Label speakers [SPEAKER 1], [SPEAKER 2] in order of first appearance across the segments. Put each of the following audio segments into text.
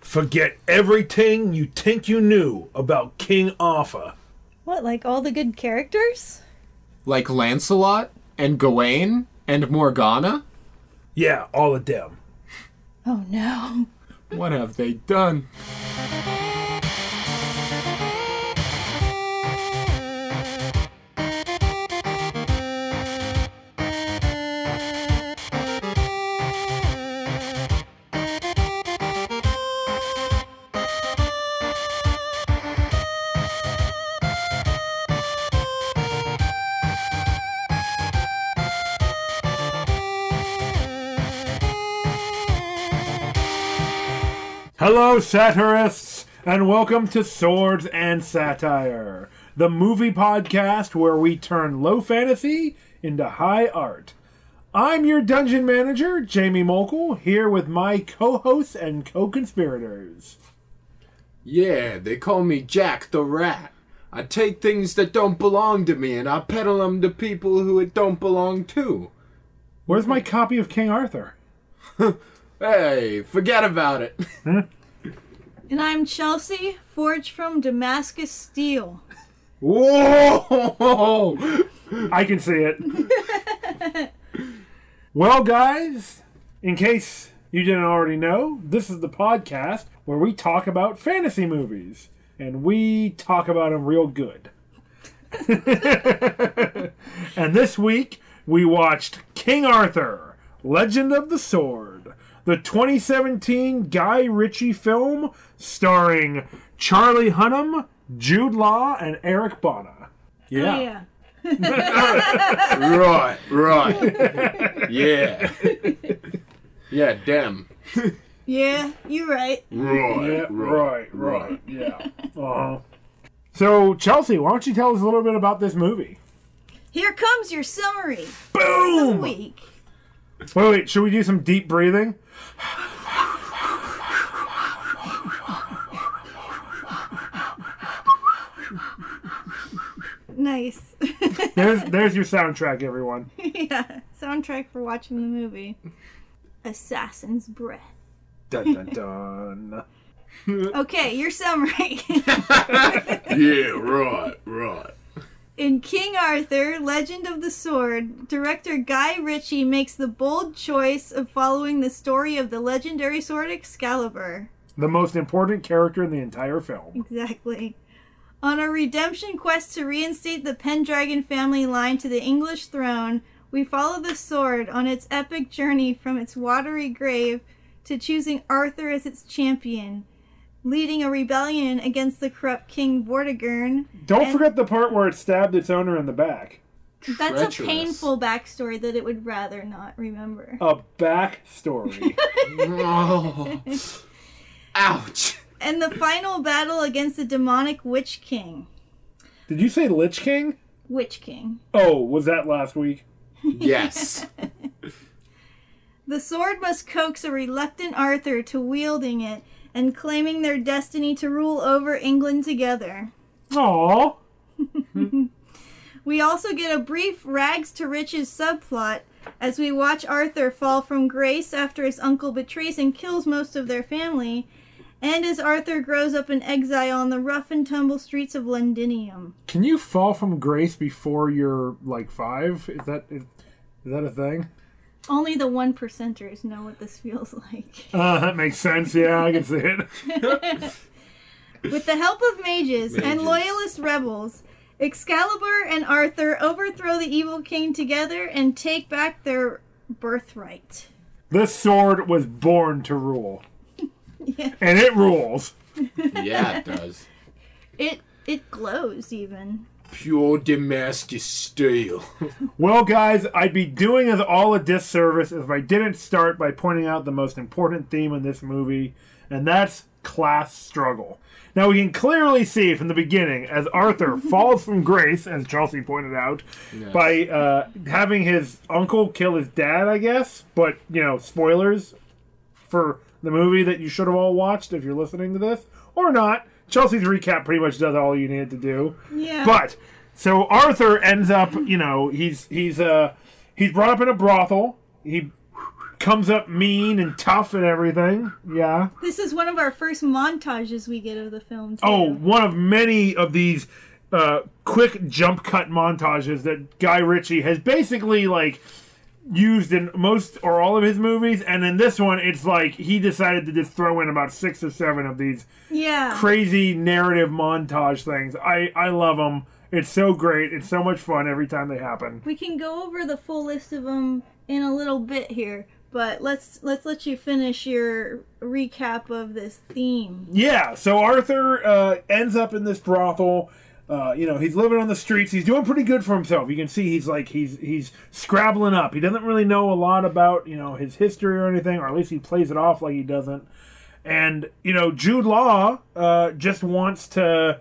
[SPEAKER 1] Forget everything you think you knew about King Arthur.
[SPEAKER 2] What, like all the good characters?
[SPEAKER 3] Like Lancelot and Gawain and Morgana?
[SPEAKER 1] Yeah, all of them.
[SPEAKER 2] Oh no.
[SPEAKER 3] What have they done?
[SPEAKER 1] Hello, satirists, and welcome to Swords and Satire, the movie podcast where we turn low fantasy into high art. I'm your dungeon manager, Jamie Mokel, here with my co hosts and co conspirators.
[SPEAKER 3] Yeah, they call me Jack the Rat. I take things that don't belong to me and I peddle them to people who it don't belong to.
[SPEAKER 1] Where's my copy of King Arthur?
[SPEAKER 3] Hey, forget about it.
[SPEAKER 2] And I'm Chelsea, forged from Damascus steel.
[SPEAKER 3] Whoa!
[SPEAKER 1] I can see it. well, guys, in case you didn't already know, this is the podcast where we talk about fantasy movies and we talk about them real good. and this week we watched King Arthur, Legend of the Sword, the 2017 Guy Ritchie film starring Charlie Hunnam, Jude Law, and Eric Bana.
[SPEAKER 2] Oh, yeah.
[SPEAKER 3] right, right. Yeah. Yeah, damn.
[SPEAKER 2] Yeah, you're right.
[SPEAKER 3] Right,
[SPEAKER 1] Yeah, right, right. Yeah. Uh-huh. So, Chelsea, why don't you tell us a little bit about this movie?
[SPEAKER 2] Here comes your summary.
[SPEAKER 1] Boom! Wait,
[SPEAKER 2] Week.
[SPEAKER 1] wait, should we do some deep breathing?
[SPEAKER 2] Nice.
[SPEAKER 1] There's there's your soundtrack, everyone.
[SPEAKER 2] yeah. Soundtrack for watching the movie. Assassin's Breath.
[SPEAKER 1] Dun dun dun.
[SPEAKER 2] Okay, your summary.
[SPEAKER 3] Yeah, right, right.
[SPEAKER 2] In King Arthur, Legend of the Sword, director Guy Ritchie makes the bold choice of following the story of the legendary sword Excalibur.
[SPEAKER 1] The most important character in the entire film.
[SPEAKER 2] Exactly. On a redemption quest to reinstate the Pendragon family line to the English throne, we follow the sword on its epic journey from its watery grave to choosing Arthur as its champion, leading a rebellion against the corrupt King Vortigern.
[SPEAKER 1] Don't forget the part where it stabbed its owner in the back.
[SPEAKER 2] That's a
[SPEAKER 3] Treacherous.
[SPEAKER 2] painful backstory that it would rather not remember.
[SPEAKER 1] A backstory.
[SPEAKER 3] Oh. Ouch.
[SPEAKER 2] And the final battle against the demonic Witch King.
[SPEAKER 1] Did you say Lich King?
[SPEAKER 2] Witch King.
[SPEAKER 1] Oh, was that last week?
[SPEAKER 3] Yes.
[SPEAKER 2] The sword must coax a reluctant Arthur to wielding it and claiming their destiny to rule over England together.
[SPEAKER 1] Aw.
[SPEAKER 2] We also get a brief rags to riches subplot as we watch Arthur fall from grace after his uncle betrays and kills most of their family, and as Arthur grows up in exile on the rough and tumble streets of Londinium.
[SPEAKER 1] Can you fall from grace before you're like five? Is that is, is that a thing?
[SPEAKER 2] Only the one percenters know what this feels like.
[SPEAKER 1] Uh, that makes sense. Yeah, I can see it.
[SPEAKER 2] With the help of mages, and
[SPEAKER 3] Mages.
[SPEAKER 2] loyalist rebels, Excalibur and Arthur overthrow the evil king together and take back their birthright.
[SPEAKER 1] This sword was born to rule.
[SPEAKER 2] Yeah.
[SPEAKER 1] And it rules.
[SPEAKER 3] yeah, it does.
[SPEAKER 2] It it glows even.
[SPEAKER 3] Pure Damascus steel.
[SPEAKER 1] Well, guys, I'd be doing us all a disservice if I didn't start by pointing out the most important theme in this movie, and that's class struggle. Now, we can clearly see from the beginning as Arthur falls from grace, as Chelsea pointed out, by uh, having his uncle kill his dad, I guess. But, you know, spoilers for the movie that you should have all watched if you're listening to this, or not. Chelsea's recap pretty much does all you needed to do.
[SPEAKER 2] Yeah.
[SPEAKER 1] But so Arthur ends up, you know, he's he's uh he's brought up in a brothel. He comes up mean and tough and everything. Yeah.
[SPEAKER 2] This is one of our first montages we get of the film. Too.
[SPEAKER 1] Oh, one of many of these uh, quick jump cut montages that Guy Ritchie has basically like used in most or all of his movies, and in this one, it's like he decided to just throw in about six or seven of these
[SPEAKER 2] yeah.
[SPEAKER 1] crazy narrative montage things. I I love them. It's so great. It's so much fun every time they happen.
[SPEAKER 2] we can go over the full list of them in a little bit here, but let's let's let you finish your recap of this theme.
[SPEAKER 1] Yeah, so Arthur uh, ends up in this brothel. Uh, you know, he's living on the streets. He's doing pretty good for himself. You can see he's like he's he's scrabbling up. He doesn't really know a lot about you know his history or anything, or at least he plays it off like he doesn't. And you know, Jude Law uh, just wants to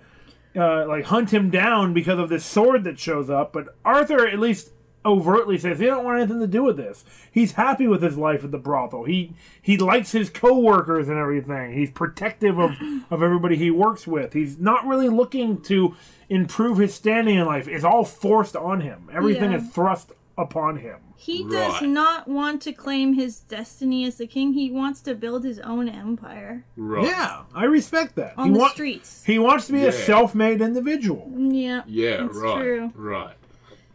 [SPEAKER 1] uh, like hunt him down because of this sword that shows up. But Arthur at least overtly says he don't want anything to do with this. He's happy with his life at the brothel. He he likes his coworkers and everything. He's protective of of everybody he works with. He's not really looking to improve his standing in life. It's all forced on him. Everything
[SPEAKER 2] Yeah.
[SPEAKER 1] is thrust upon him.
[SPEAKER 2] He does
[SPEAKER 3] Right.
[SPEAKER 2] not want to claim his destiny as the king. He wants to build his own empire
[SPEAKER 3] Right.
[SPEAKER 1] Yeah, I respect that.
[SPEAKER 2] on
[SPEAKER 1] he
[SPEAKER 2] the
[SPEAKER 1] wa-
[SPEAKER 2] streets.
[SPEAKER 1] He wants to be a
[SPEAKER 3] Yeah.
[SPEAKER 1] self-made individual.
[SPEAKER 2] Yeah.
[SPEAKER 3] Yeah,
[SPEAKER 2] That's
[SPEAKER 3] right.
[SPEAKER 2] true.
[SPEAKER 3] Right.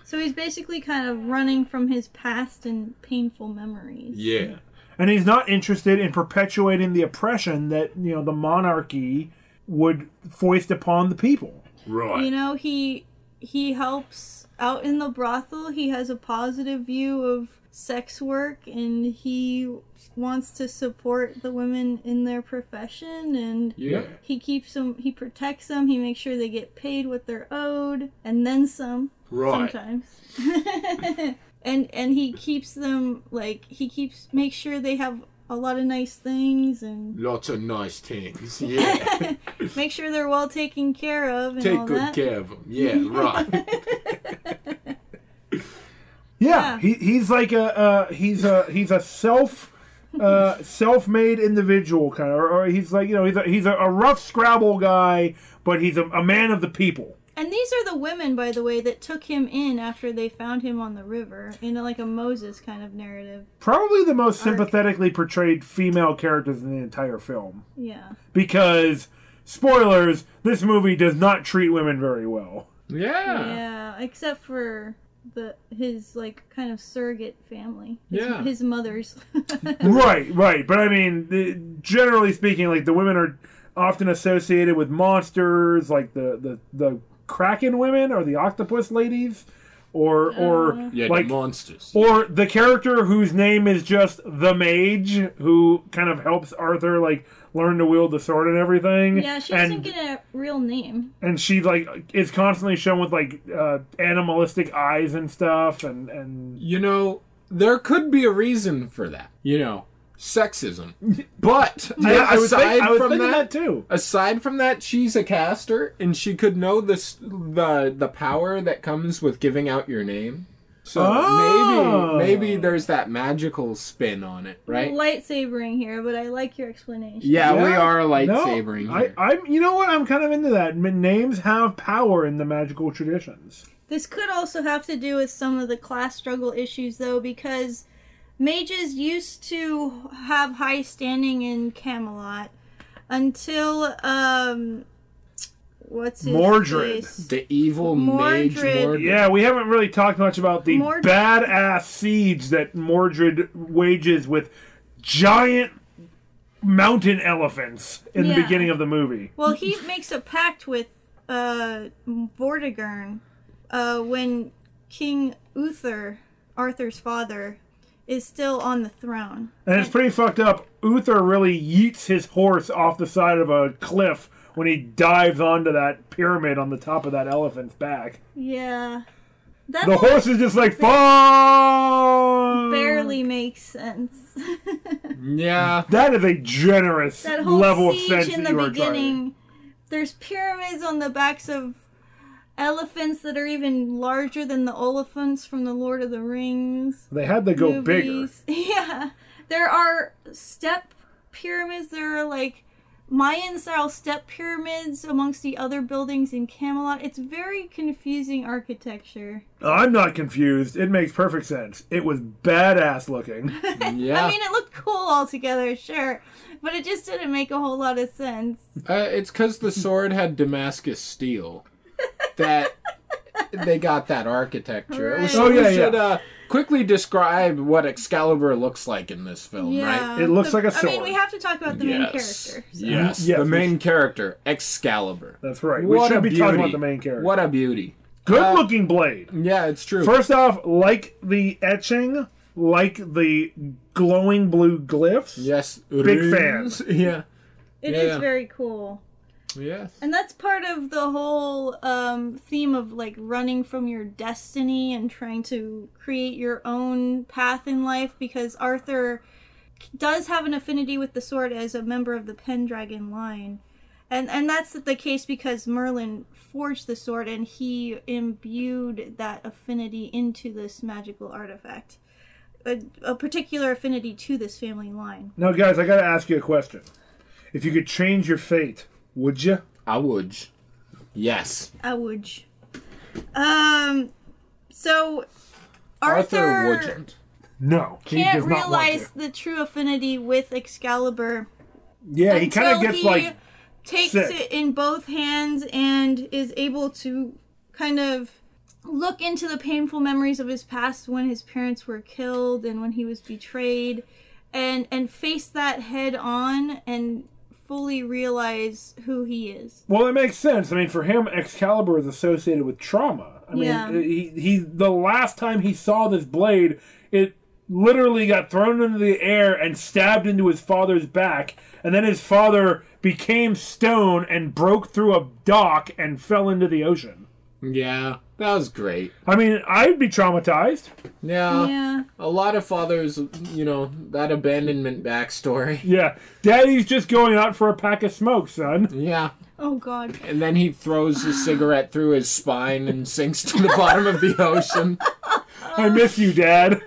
[SPEAKER 2] So he's basically kind of running from his past and painful memories.
[SPEAKER 3] Yeah.
[SPEAKER 1] and he's not interested in perpetuating the oppression that you know the monarchy would foist upon the people.
[SPEAKER 3] Right.
[SPEAKER 2] You know, he he helps out in the brothel. He has a positive view of sex work and he wants to support the women in their profession and
[SPEAKER 3] yeah.
[SPEAKER 2] he keeps them he protects them, he makes sure they get paid what they're owed and then some
[SPEAKER 3] Right.
[SPEAKER 2] sometimes. and and he keeps them like he keeps makes sure they have a lot of nice things and
[SPEAKER 3] Lots of nice things. Yeah.
[SPEAKER 2] make sure they're well taken care of and all
[SPEAKER 3] Take good
[SPEAKER 2] that.
[SPEAKER 3] care of them. Yeah. Right.
[SPEAKER 1] Yeah,
[SPEAKER 2] Yeah.
[SPEAKER 1] He, he's like a uh, he's a he's a self uh, self-made individual kind of, or, or he's like you know he's a, he's a, a rough scrabble guy, but he's a, a man of the people.
[SPEAKER 2] And these are the women, by the way, that took him in after they found him on the river in like a Moses kind of narrative.
[SPEAKER 1] Probably the most sympathetically portrayed female characters in the entire film
[SPEAKER 2] Yeah.
[SPEAKER 1] because spoilers, this movie does not treat women very well.
[SPEAKER 3] yeah.
[SPEAKER 2] Yeah, except for the his like kind of surrogate family. His,
[SPEAKER 3] Yeah.
[SPEAKER 2] His mother's.
[SPEAKER 1] right, right. But I mean, the, generally speaking, like the women are often associated with monsters, like the the the kraken women or the octopus ladies, or or
[SPEAKER 2] Mm.
[SPEAKER 3] Yeah.
[SPEAKER 1] like.
[SPEAKER 3] the monsters.
[SPEAKER 1] or the character whose name is just the mage, who kind of helps Arthur like learn to wield the sword and everything.
[SPEAKER 2] yeah, she
[SPEAKER 1] and
[SPEAKER 2] doesn't get a real name.
[SPEAKER 1] and she like is constantly shown with like uh, animalistic eyes and stuff, and and
[SPEAKER 3] you know, there could be a reason for that. You know, sexism. But
[SPEAKER 1] I, I was, think-
[SPEAKER 3] aside
[SPEAKER 1] I was
[SPEAKER 3] from
[SPEAKER 1] thinking
[SPEAKER 3] that,
[SPEAKER 1] that too.
[SPEAKER 3] aside from that, she's a caster, and she could know this the the power that comes with giving out your name. So
[SPEAKER 1] Oh.
[SPEAKER 3] maybe maybe there's that magical spin on it, right?
[SPEAKER 2] Lightsabering here, but I like your explanation.
[SPEAKER 3] yeah, we
[SPEAKER 1] Yeah.
[SPEAKER 3] are
[SPEAKER 1] No,
[SPEAKER 3] lightsabering
[SPEAKER 1] I,
[SPEAKER 3] here.
[SPEAKER 1] I'm. You know what? I'm kind of into that. M- Names have power in the magical traditions.
[SPEAKER 2] This could also have to do with some of the class struggle issues, though, because mages used to have high standing in Camelot until um, what's his
[SPEAKER 1] Mordred.
[SPEAKER 2] face?
[SPEAKER 3] the evil mage
[SPEAKER 2] Mordred.
[SPEAKER 3] Mordred.
[SPEAKER 1] Yeah, we haven't really talked much about the
[SPEAKER 2] Mord-
[SPEAKER 1] badass siege that Mordred wages with giant mountain elephants in the
[SPEAKER 2] Yeah.
[SPEAKER 1] beginning of the movie.
[SPEAKER 2] Well, he makes a pact with uh, Vortigern uh, when King Uther, Arthur's father, is still on the throne.
[SPEAKER 1] And it's pretty fucked up. Uther really yeets his horse off the side of a cliff when he dives onto that pyramid on the top of that elephant's back.
[SPEAKER 2] Yeah, that
[SPEAKER 1] The horse is just like, fall!
[SPEAKER 2] barely makes sense.
[SPEAKER 3] Yeah.
[SPEAKER 1] That is a generous
[SPEAKER 2] that whole
[SPEAKER 1] level of
[SPEAKER 2] siege
[SPEAKER 1] sense
[SPEAKER 2] in
[SPEAKER 1] that
[SPEAKER 2] the
[SPEAKER 1] you are
[SPEAKER 2] beginning.
[SPEAKER 1] trying.
[SPEAKER 2] There's pyramids on the backs of elephants that are even larger than the elephants from the Lord of the Rings.
[SPEAKER 1] They had to go bigger.
[SPEAKER 2] movies. Yeah, there are step pyramids that are like Mayans are all step pyramids amongst the other buildings in Camelot. It's very confusing architecture.
[SPEAKER 1] I'm not confused. It makes perfect sense. It was badass looking.
[SPEAKER 3] Yeah.
[SPEAKER 2] I mean, it looked cool altogether, sure, but it just didn't make a whole lot of sense.
[SPEAKER 3] Uh, it's because the sword had Damascus steel that they got that architecture.
[SPEAKER 2] Right.
[SPEAKER 3] So
[SPEAKER 1] Oh,
[SPEAKER 3] we
[SPEAKER 1] yeah,
[SPEAKER 3] should
[SPEAKER 1] yeah.
[SPEAKER 3] uh, quickly describe what Excalibur looks like in this film, right?
[SPEAKER 2] Yeah,
[SPEAKER 1] It looks like a
[SPEAKER 2] I mean, we
[SPEAKER 1] sword.
[SPEAKER 2] have to talk about the main
[SPEAKER 3] yes.
[SPEAKER 2] character.
[SPEAKER 3] Yes.
[SPEAKER 1] Yes,
[SPEAKER 3] The
[SPEAKER 1] we
[SPEAKER 3] main character, Excalibur.
[SPEAKER 1] That's right. we
[SPEAKER 3] What
[SPEAKER 1] should
[SPEAKER 3] a
[SPEAKER 1] be talking about
[SPEAKER 3] beauty.
[SPEAKER 1] the main character.
[SPEAKER 3] What a beauty. Uh,
[SPEAKER 1] Good looking blade.
[SPEAKER 3] Yeah, it's true.
[SPEAKER 1] First off, like the etching, like the glowing blue glyphs.
[SPEAKER 3] yes.
[SPEAKER 1] Big
[SPEAKER 3] runes. Yeah.
[SPEAKER 2] It is
[SPEAKER 3] Yeah, yeah.
[SPEAKER 2] very cool.
[SPEAKER 3] Yes.
[SPEAKER 2] And that's part of the whole um, theme of like running from your destiny and trying to create your own path in life because Arthur does have an affinity with the sword as a member of the Pendragon line. And, and that's the case because Merlin forged the sword and he imbued that affinity into this magical artifact. A, a particular affinity to this family line.
[SPEAKER 1] Now, guys, I got to ask you a question. If you could change your fate, would you?
[SPEAKER 3] I would. Yes.
[SPEAKER 2] I would. Um, so Arthur,
[SPEAKER 3] Arthur wouldn't.
[SPEAKER 1] No, he
[SPEAKER 2] can't
[SPEAKER 1] does not want
[SPEAKER 2] realize
[SPEAKER 1] to.
[SPEAKER 2] the true affinity with Excalibur.
[SPEAKER 1] Yeah, he kind of
[SPEAKER 2] until
[SPEAKER 1] gets
[SPEAKER 2] he
[SPEAKER 1] like
[SPEAKER 2] takes
[SPEAKER 1] sick.
[SPEAKER 2] it in both hands and is able to kind of look into the painful memories of his past when his parents were killed and when he was betrayed and and face that head on and fully realize who he is.
[SPEAKER 1] Well, it makes sense. I mean, for him, Excalibur is associated with trauma. I mean,
[SPEAKER 2] Yeah.
[SPEAKER 1] he, he the last time he saw this blade, it literally got thrown into the air and stabbed into his father's back, and then his father became stone and broke through a dock and fell into the ocean.
[SPEAKER 3] Yeah. That was great.
[SPEAKER 1] I mean, I'd be traumatized.
[SPEAKER 2] yeah.
[SPEAKER 3] a lot of fathers, you know, that abandonment backstory.
[SPEAKER 1] Yeah, Daddy's just going out for a pack of smoke, son.
[SPEAKER 3] Yeah.
[SPEAKER 2] Oh god.
[SPEAKER 3] And then he throws his cigarette through his spine and sinks to the bottom of the ocean.
[SPEAKER 1] I miss you, Dad.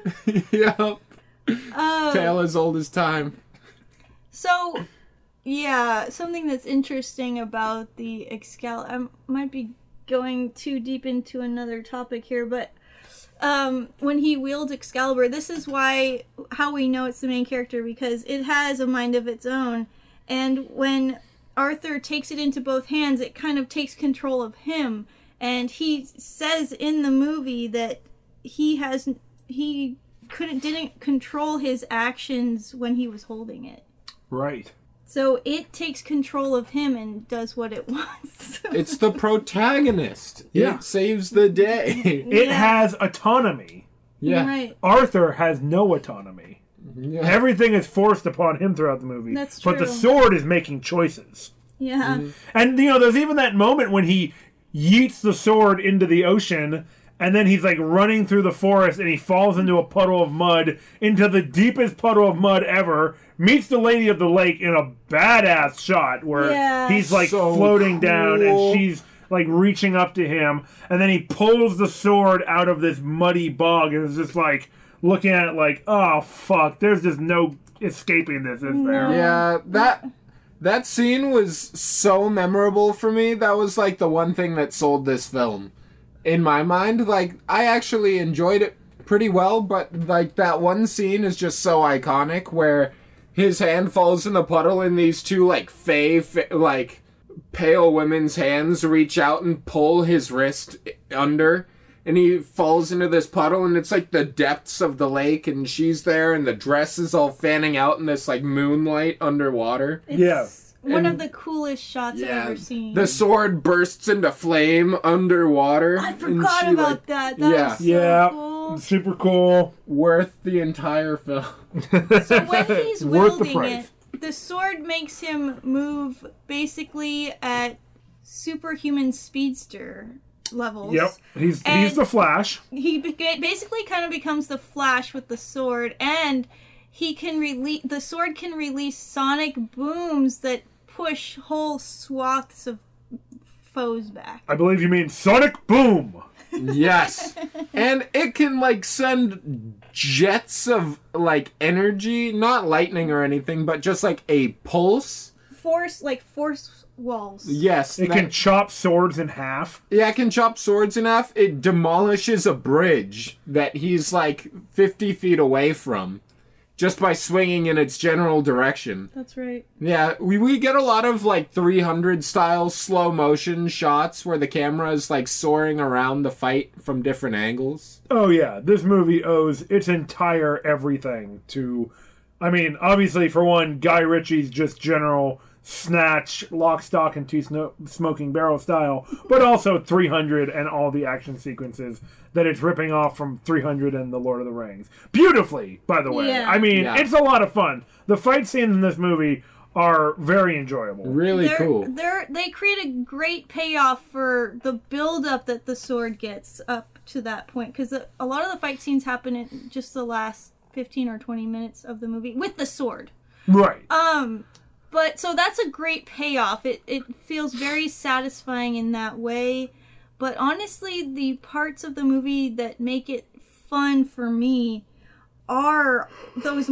[SPEAKER 3] yep.
[SPEAKER 2] Oh.
[SPEAKER 3] Tale as old as time.
[SPEAKER 2] So, yeah, something that's interesting about the Excalibur. I might be going too deep into another topic here, but um, when he wields Excalibur, this is why how we know it's the main character because it has a mind of its own, and when Arthur takes it into both hands, it kind of takes control of him, and he says in the movie that he has he couldn't didn't control his actions when he was holding it.
[SPEAKER 1] Right.
[SPEAKER 2] So it takes control of him and does what it wants.
[SPEAKER 3] It's the protagonist.
[SPEAKER 1] Yeah.
[SPEAKER 3] It saves the day.
[SPEAKER 1] It
[SPEAKER 2] Yeah.
[SPEAKER 1] has autonomy.
[SPEAKER 3] yeah.
[SPEAKER 2] Right.
[SPEAKER 1] Arthur has no autonomy.
[SPEAKER 3] Yeah.
[SPEAKER 1] Everything is forced upon him throughout the movie.
[SPEAKER 2] That's
[SPEAKER 1] But the
[SPEAKER 2] true.
[SPEAKER 1] sword is making choices.
[SPEAKER 2] Yeah.
[SPEAKER 3] Mm-hmm.
[SPEAKER 1] And, you know, there's even that moment when he yeets the sword into the ocean, and then he's like running through the forest and he falls into a puddle of mud, into the deepest puddle of mud ever, meets the lady of the lake in a badass shot where
[SPEAKER 2] Yeah.
[SPEAKER 1] he's like
[SPEAKER 3] So
[SPEAKER 1] floating down
[SPEAKER 3] cool.
[SPEAKER 1] and she's like reaching up to him, and then he pulls the sword out of this muddy bog and is just like looking at it like, oh fuck, there's just no escaping this, is there?
[SPEAKER 3] Yeah, that that scene was so memorable for me. That was like the one thing that sold this film in my mind. Like I actually enjoyed it pretty well, but like that one scene is just so iconic where his hand falls in the puddle and these two like fey fa- like pale women's hands reach out and pull his wrist under and he falls into this puddle and it's like the depths of the lake and she's there and the dress is all fanning out in this like moonlight underwater
[SPEAKER 2] It's
[SPEAKER 1] Yeah.
[SPEAKER 2] One of
[SPEAKER 3] And-
[SPEAKER 2] the coolest shots I've ever seen.
[SPEAKER 3] the sword bursts into flame underwater
[SPEAKER 2] I
[SPEAKER 3] and
[SPEAKER 2] forgot
[SPEAKER 3] she,
[SPEAKER 2] about
[SPEAKER 3] like,
[SPEAKER 2] that. That
[SPEAKER 3] yeah.
[SPEAKER 2] was so
[SPEAKER 1] Yeah.
[SPEAKER 2] cool.
[SPEAKER 1] Super cool.
[SPEAKER 3] worth the entire film
[SPEAKER 2] So when he's
[SPEAKER 1] Worth the
[SPEAKER 2] wielding
[SPEAKER 1] price.
[SPEAKER 2] it, the sword makes him move basically at superhuman speedster levels.
[SPEAKER 1] Yep. He's he's
[SPEAKER 2] And-
[SPEAKER 1] the Flash.
[SPEAKER 2] he be- basically kind of becomes the Flash with the sword, and he can release the sword can release sonic booms that push whole swaths of foes back.
[SPEAKER 1] I believe you mean Sonic Boom.
[SPEAKER 3] Yes. and it can like send jets of like energy, not lightning or anything, but just like a pulse
[SPEAKER 2] force like force walls.
[SPEAKER 3] Yes.
[SPEAKER 1] It
[SPEAKER 3] that-
[SPEAKER 1] can chop swords in half.
[SPEAKER 3] Yeah, it can chop swords in half. It demolishes a bridge that he's like 50 feet away from just by swinging in its general direction.
[SPEAKER 2] That's right.
[SPEAKER 3] Yeah, we, we get a lot of like 300 style slow motion shots where the camera is like soaring around the fight from different angles.
[SPEAKER 1] Oh yeah, this movie owes its entire everything to I mean, obviously for one, Guy Ritchie's just general snatch, lock, stock, and two sno- smoking barrel style, but also 300 and all the action sequences that it's ripping off from 300 and The Lord of the Rings. Beautifully, by the way.
[SPEAKER 2] Yeah.
[SPEAKER 1] I mean,
[SPEAKER 3] Yeah.
[SPEAKER 1] it's a lot of fun. The fight scenes in this movie are very enjoyable.
[SPEAKER 3] Really
[SPEAKER 2] they're,
[SPEAKER 3] cool.
[SPEAKER 2] They're they create a great payoff for the build up that the sword gets up to that point because a, a lot of the fight scenes happen in just the last 15 or 20 minutes of the movie with the sword.
[SPEAKER 1] Right.
[SPEAKER 2] Um, but so that's a great payoff. It it feels very satisfying in that way. But honestly, the parts of the movie that make it fun for me are those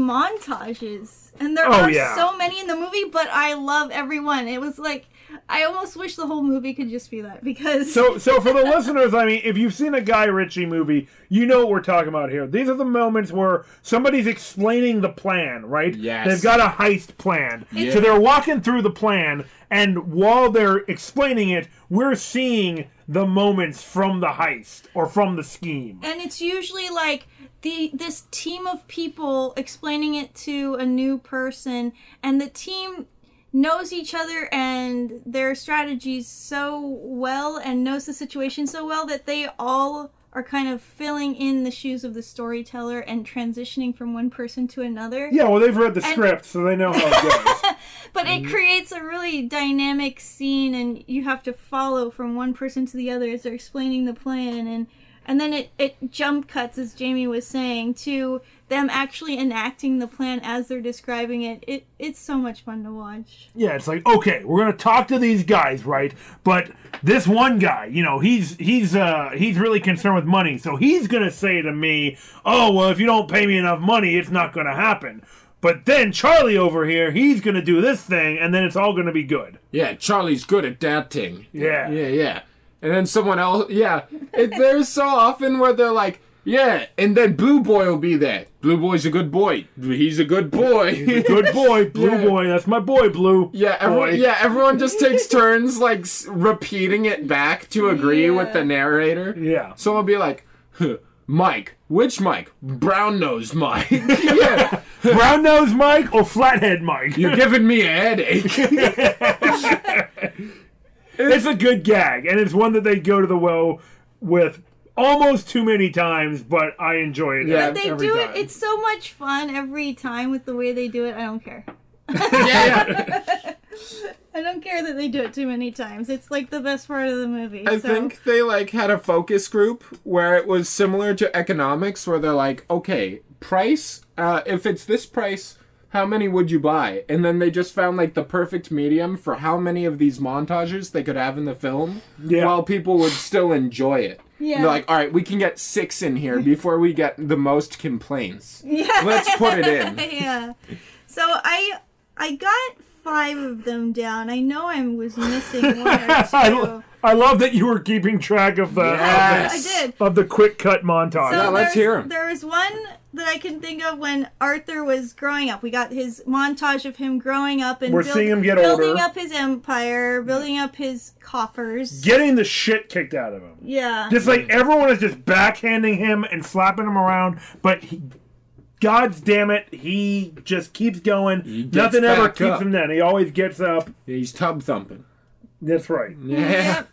[SPEAKER 2] montages. And there
[SPEAKER 1] Oh,
[SPEAKER 2] are
[SPEAKER 1] yeah.
[SPEAKER 2] so many in the movie, but I love everyone. It was like I almost wish the whole movie could just be that because
[SPEAKER 1] So, so for the listeners, I mean, if you've seen a Guy Ritchie movie, you know what we're talking about here. These are the moments where somebody's explaining the plan, right?
[SPEAKER 3] Yes.
[SPEAKER 1] They've got a heist planned.
[SPEAKER 3] It's-
[SPEAKER 1] So they're walking through the plan, and while they're explaining it, we're seeing the moments from the heist or from the scheme.
[SPEAKER 2] and it's usually like the this team of people explaining it to a new person and the team knows each other and their strategies so well and knows the situation so well that they all are kind of filling in the shoes of the storyteller and transitioning from one person to another
[SPEAKER 1] Yeah, well, they've read the script, so they know how it goes.
[SPEAKER 2] but it creates a really dynamic scene and you have to follow from one person to the other as they're explaining the plan and and then it, it jump cuts as jamie was saying to them actually enacting the plan as they're describing it, it it's so much fun to watch
[SPEAKER 1] Yeah, it's like okay, we're gonna talk to these guys, right? But this one guy, you know, he's he's uh he's really concerned with money, so he's gonna say to me, "Oh well, if you don't pay me enough money, it's not gonna happen." But then Charlie over here, he's gonna do this thing, and then it's all gonna be good.
[SPEAKER 3] Yeah, Charlie's good at that thing.
[SPEAKER 1] Yeah.
[SPEAKER 3] Yeah, yeah. And then someone else, yeah. It, there's so often where they're like, yeah, and then Blue Boy will be there. Blue Boy's a good boy. He's a good boy.
[SPEAKER 1] Good boy, blue
[SPEAKER 3] Yeah.
[SPEAKER 1] boy. That's my boy, blue.
[SPEAKER 3] Yeah,
[SPEAKER 1] boy.
[SPEAKER 3] every, yeah. Everyone just takes turns like s- repeating it back to agree with the
[SPEAKER 2] Yeah.
[SPEAKER 3] narrator.
[SPEAKER 1] Yeah.
[SPEAKER 3] Someone will be like, "Huh, "Mike, which Mike? Brown nose Mike." yeah,
[SPEAKER 1] Brown nose Mike or flathead Mike.
[SPEAKER 3] you're giving me a headache.
[SPEAKER 1] It's a good gag, and it's one that they go to the well with almost too many times, but I enjoy it.
[SPEAKER 3] Yeah.
[SPEAKER 2] but they
[SPEAKER 1] every
[SPEAKER 2] do
[SPEAKER 1] time.
[SPEAKER 2] it it's so much fun every time with the way they do it i don't care
[SPEAKER 3] yeah,
[SPEAKER 2] i don't care that they do it too many times it's like the best part of the movie
[SPEAKER 3] I
[SPEAKER 2] so
[SPEAKER 3] think they like had a focus group where it was similar to economics, where they're like, "Okay, price. Uh, if it's this price." How many would you buy? And then they just found like the perfect medium for how many of these montages they could have in the film
[SPEAKER 1] Yeah.
[SPEAKER 3] while people would still enjoy it.
[SPEAKER 2] yeah
[SPEAKER 3] And They're like, all right, we can get six in here before we get the most complaints.
[SPEAKER 2] yeah
[SPEAKER 3] Let's put it in.
[SPEAKER 2] yeah. So I I got five of them down. I know I was missing one or
[SPEAKER 1] I,
[SPEAKER 2] two.
[SPEAKER 1] I love that you were keeping track of the
[SPEAKER 3] Yeah.
[SPEAKER 2] I did.
[SPEAKER 1] of the quick cut montage.
[SPEAKER 2] So
[SPEAKER 3] Oh, Yeah,
[SPEAKER 2] there's-
[SPEAKER 3] let's hear 'em.
[SPEAKER 2] There was one that I can think of when Arthur was growing up. We got his montage of him growing up and
[SPEAKER 1] We're seeing him get
[SPEAKER 2] building
[SPEAKER 1] older.
[SPEAKER 2] up his empire, building up his coffers.
[SPEAKER 1] Getting the shit kicked out of him.
[SPEAKER 2] yeah.
[SPEAKER 1] Just like everyone is just backhanding him and slapping him around, but he, God's damn it, he just keeps going.
[SPEAKER 3] gets
[SPEAKER 1] Nothing ever
[SPEAKER 3] back
[SPEAKER 1] keeps
[SPEAKER 3] up.
[SPEAKER 1] him down. He always gets up.
[SPEAKER 3] He's tub thumping.
[SPEAKER 1] That's right.
[SPEAKER 3] Yeah.
[SPEAKER 2] Yep.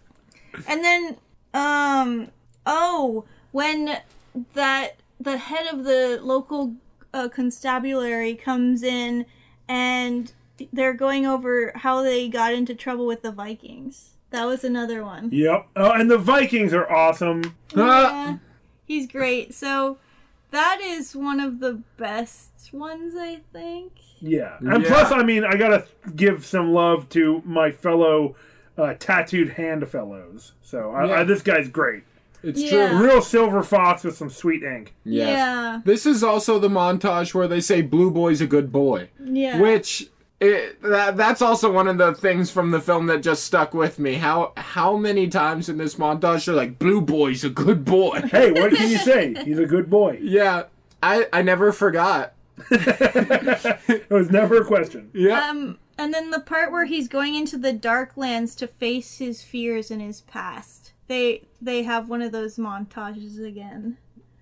[SPEAKER 2] And then, um, oh, when that the head of the local uh, constabulary comes in, and they're going over how they got into trouble with the Vikings. That was another one.
[SPEAKER 1] Yep. Oh, and the Vikings are awesome.
[SPEAKER 3] Ah.
[SPEAKER 2] Yeah, he's great. So that is one of the best ones, I think.
[SPEAKER 1] Yeah. And
[SPEAKER 3] Yeah.
[SPEAKER 1] plus, I mean, I gotta give some love to my fellow uh, tattooed hand fellows. So I,
[SPEAKER 3] Yeah.
[SPEAKER 1] I, this guy's great.
[SPEAKER 3] It's
[SPEAKER 2] Yeah.
[SPEAKER 3] true.
[SPEAKER 1] Real silver fox with some sweet ink.
[SPEAKER 3] Yes.
[SPEAKER 2] Yeah,
[SPEAKER 3] This is also the montage where they say Blue Boy's a good boy,
[SPEAKER 2] yeah.
[SPEAKER 3] which it, that that's also one of the things from the film that just stuck with me. How how many times in this montage they're like, "Blue boy's a good boy."
[SPEAKER 1] Hey, what can you say? He's a good boy.
[SPEAKER 3] yeah, I I never forgot.
[SPEAKER 1] it was never a question.
[SPEAKER 3] Yeah,
[SPEAKER 2] Um, and then the part where he's going into the dark lands to face his fears and his past. They they have one of those montages again.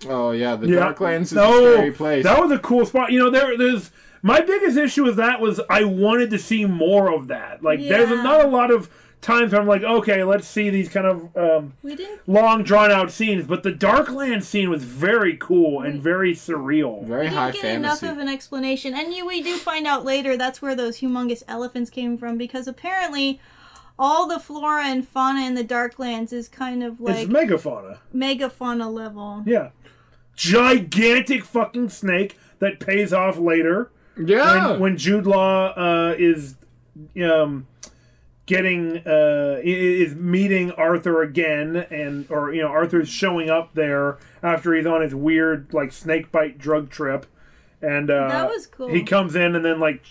[SPEAKER 3] Oh yeah, the
[SPEAKER 1] Yeah.
[SPEAKER 3] Darklands is
[SPEAKER 1] No,
[SPEAKER 3] a scary place.
[SPEAKER 1] That was a cool spot. You know, there there's my biggest issue with that was I wanted to see more of that. Like there's
[SPEAKER 2] Yeah.
[SPEAKER 1] not a lot of times where I'm like, okay, let's see these kind of um,
[SPEAKER 2] We didn't.
[SPEAKER 1] long drawn out scenes, but the Darkland scene was very cool
[SPEAKER 2] Mm.
[SPEAKER 1] and very surreal.
[SPEAKER 3] Very
[SPEAKER 2] We
[SPEAKER 3] high
[SPEAKER 2] didn't get enough
[SPEAKER 3] fantasy.
[SPEAKER 2] of an explanation, and you, we do find out later that's where those humongous elephants came from because apparently, all the flora and fauna in the Darklands is kind of like
[SPEAKER 1] it's megafauna.
[SPEAKER 2] megafauna level.
[SPEAKER 1] Yeah. Gigantic fucking snake that pays off later when,
[SPEAKER 3] yeah,
[SPEAKER 1] when Jude Law uh, is um, getting uh, i- is meeting Arthur again, and or you know Arthur's showing up there after he's on his weird like snake bite drug trip, and uh,
[SPEAKER 2] That was cool.
[SPEAKER 1] He comes in and then like.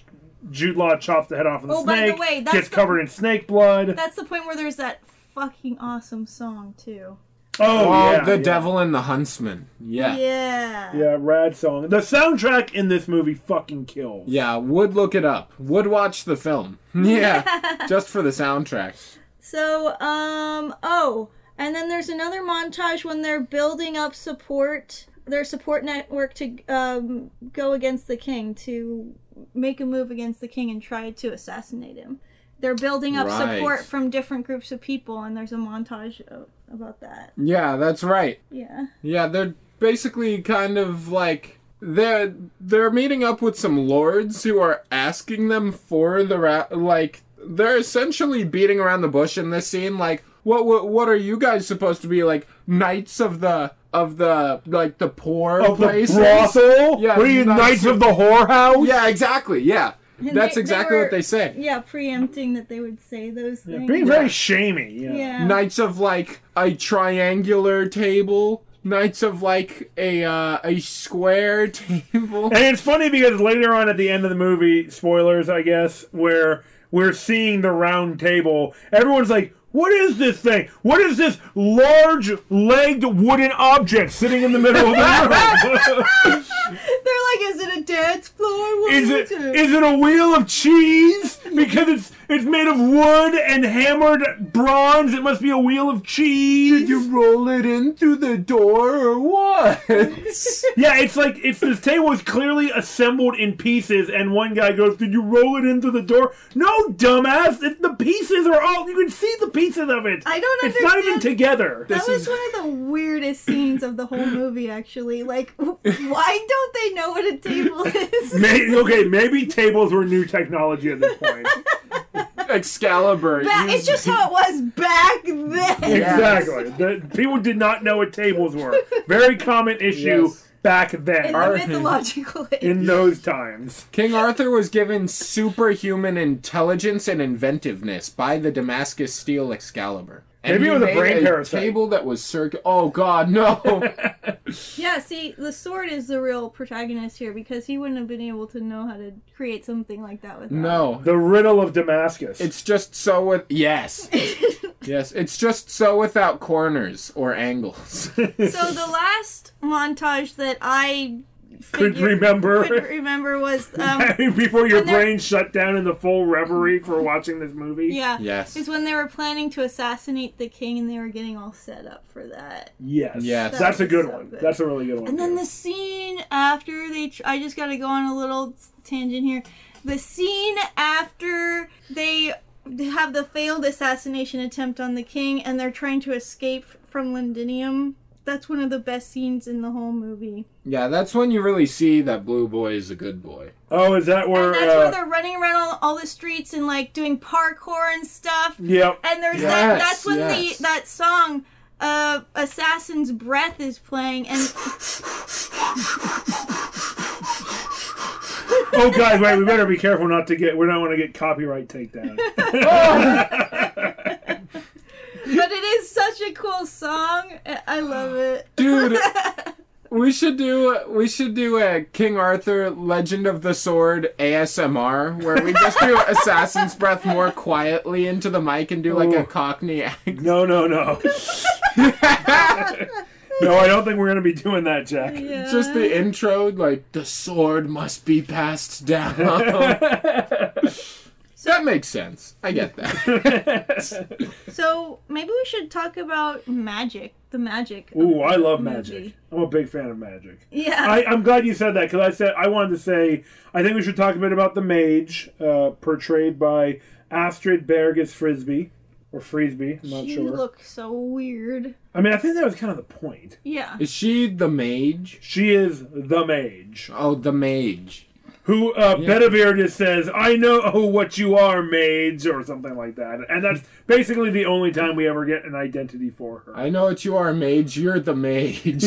[SPEAKER 1] Jude Law chops the head off of the
[SPEAKER 2] Oh, by the
[SPEAKER 1] snake.
[SPEAKER 2] way, that's
[SPEAKER 1] gets
[SPEAKER 2] the-
[SPEAKER 1] covered in snake blood.
[SPEAKER 2] That's the point where there's that fucking awesome song too.
[SPEAKER 1] oh,
[SPEAKER 3] Oh,
[SPEAKER 1] yeah,
[SPEAKER 3] the
[SPEAKER 1] yeah.
[SPEAKER 3] Devil and the Huntsman. Yeah. yeah,
[SPEAKER 2] Yeah.
[SPEAKER 1] Yeah, rad song. The soundtrack in this movie fucking kills.
[SPEAKER 3] Would look it up. Would watch the film. Yeah, just for the soundtrack.
[SPEAKER 2] So, um, oh, and then there's another montage when they're building up support, their support network to um, go against the king, to make a move against the king and try to assassinate him. They're building up
[SPEAKER 3] Right.
[SPEAKER 2] support from different groups of people, and there's a montage o- about that.
[SPEAKER 3] Yeah, that's right.
[SPEAKER 2] Yeah.
[SPEAKER 3] Yeah, they're basically kind of like they're they're meeting up with some lords who are asking them for the ra- like they're essentially beating around the bush in this scene like what what what are you guys supposed to be like knights of the of the like the poor
[SPEAKER 1] Of the
[SPEAKER 3] places?
[SPEAKER 1] brothel?
[SPEAKER 3] Yeah,
[SPEAKER 1] what are you,
[SPEAKER 3] that's-
[SPEAKER 1] Knights of the Whorehouse?
[SPEAKER 3] Yeah, exactly. Yeah.
[SPEAKER 2] And
[SPEAKER 3] That's
[SPEAKER 2] they- they
[SPEAKER 3] exactly
[SPEAKER 2] were-
[SPEAKER 3] what they say.
[SPEAKER 2] Yeah, preempting that they would say those things.
[SPEAKER 1] Being very shamey. Yeah.
[SPEAKER 2] yeah.
[SPEAKER 3] Knights of like a triangular table, knights of like a uh, a square table.
[SPEAKER 1] And it's funny because later on at the end of the movie, spoilers, I guess, where we're seeing the round table, everyone's like, what is this thing? What is this large legged wooden object sitting in the middle of the room?
[SPEAKER 2] They're like, is it a dance floor? What
[SPEAKER 1] is
[SPEAKER 2] is
[SPEAKER 1] it is it a wheel of cheese? Because it's it's made of wood and hammered bronze, it must be a wheel of cheese.
[SPEAKER 3] Did you roll it in through the door or what?
[SPEAKER 1] Yeah, it's like it's this table is clearly assembled in pieces, and one guy goes, "Did you roll it into the door?" No, dumbass! It, the pieces are all you can see the pieces of it.
[SPEAKER 2] I don't
[SPEAKER 1] It's not even
[SPEAKER 2] understand.
[SPEAKER 1] together.
[SPEAKER 2] That
[SPEAKER 3] This
[SPEAKER 2] was
[SPEAKER 3] is-
[SPEAKER 2] one of the weirdest scenes of the whole movie, actually. Like, why don't they know what a table is?
[SPEAKER 1] May okay, maybe tables were new technology at this point.
[SPEAKER 3] Excalibur.
[SPEAKER 2] Ba-
[SPEAKER 3] you-
[SPEAKER 2] it's just how it was back then.
[SPEAKER 3] Yeah.
[SPEAKER 1] Exactly. The, people did not know what tables were. Very common issue
[SPEAKER 3] Yes.
[SPEAKER 1] back
[SPEAKER 2] In
[SPEAKER 1] then.
[SPEAKER 2] the
[SPEAKER 3] Our-
[SPEAKER 2] mythological age.
[SPEAKER 1] in those times.
[SPEAKER 3] King Arthur was given superhuman intelligence and inventiveness by the Damascus Steel Excalibur. And
[SPEAKER 1] Maybe it
[SPEAKER 3] he
[SPEAKER 1] was a
[SPEAKER 3] made
[SPEAKER 1] brain parasite.
[SPEAKER 3] Table that was circular. Oh God, no!
[SPEAKER 2] Yeah, see, the sword is the real protagonist here because he wouldn't have been able to know how to create something like that without.
[SPEAKER 3] no,
[SPEAKER 1] The riddle of Damascus.
[SPEAKER 3] it's just so with yes, yes. It's just so without corners or angles.
[SPEAKER 2] So the last montage that I
[SPEAKER 1] Could
[SPEAKER 2] figured-
[SPEAKER 1] remember.
[SPEAKER 2] could remember was um,
[SPEAKER 1] Before your
[SPEAKER 2] when they're-
[SPEAKER 1] brain shut down in the full reverie for watching this movie.
[SPEAKER 2] yeah,
[SPEAKER 3] Yes.
[SPEAKER 2] is when they were planning to assassinate the king and they were getting all set up for that.
[SPEAKER 1] Yes.
[SPEAKER 3] Yes. That
[SPEAKER 1] That's a
[SPEAKER 2] was
[SPEAKER 1] good
[SPEAKER 2] so
[SPEAKER 1] one.
[SPEAKER 2] good.
[SPEAKER 1] That's a really good one.
[SPEAKER 2] And
[SPEAKER 1] too.
[SPEAKER 2] then the scene after they, tr- I just gotta go on a little tangent here. The scene after they have the failed assassination attempt on the king and they're trying to escape from Londinium. That's one of the best scenes in the whole movie.
[SPEAKER 3] Yeah, that's when you really see that Blue Boy is a good boy.
[SPEAKER 1] Oh, is that where?
[SPEAKER 2] and that's where
[SPEAKER 1] uh,
[SPEAKER 2] they're running around all, all the streets and like doing parkour and stuff.
[SPEAKER 1] yep.
[SPEAKER 2] And there's that.
[SPEAKER 3] Yes,
[SPEAKER 2] That's when
[SPEAKER 3] yes.
[SPEAKER 2] the that song, uh, "Assassin's Breath" is playing, and
[SPEAKER 1] Oh, guys, wait. We better be careful not to get. We don't want to get copyright takedown.
[SPEAKER 2] but it is such a cool song. I- I love it.
[SPEAKER 3] Dude, We should do we should do a King Arthur Legend of the Sword ASMR where we just do Assassin's Breath more quietly into the mic and do like
[SPEAKER 1] Ooh.
[SPEAKER 3] a Cockney accent.
[SPEAKER 1] No, no, no. no, I don't think we're going to be doing that, Jack.
[SPEAKER 2] Yeah.
[SPEAKER 3] Just the intro, like the sword must be passed down. that makes sense. I get that.
[SPEAKER 2] So maybe we should talk about magic. The magic. of
[SPEAKER 1] Ooh, I love
[SPEAKER 2] movie.
[SPEAKER 1] magic. I'm a big fan of magic.
[SPEAKER 2] Yeah.
[SPEAKER 1] I, I'm glad you said that because I said I wanted to say I think we should talk a bit about the mage uh, portrayed by Astrid Bergis Frisbee or Frisbee. I'm not
[SPEAKER 2] you
[SPEAKER 1] sure.
[SPEAKER 2] look so weird.
[SPEAKER 1] I mean, I think that was kind of the point.
[SPEAKER 2] Yeah.
[SPEAKER 3] Is she the mage?
[SPEAKER 1] She is the mage
[SPEAKER 3] Oh, the mage.
[SPEAKER 1] who uh, Bedivere just says, "I know what you are, mage," or something like that, and that's basically the only time we ever get an identity for her.
[SPEAKER 3] I know what you are, mage. You're the mage.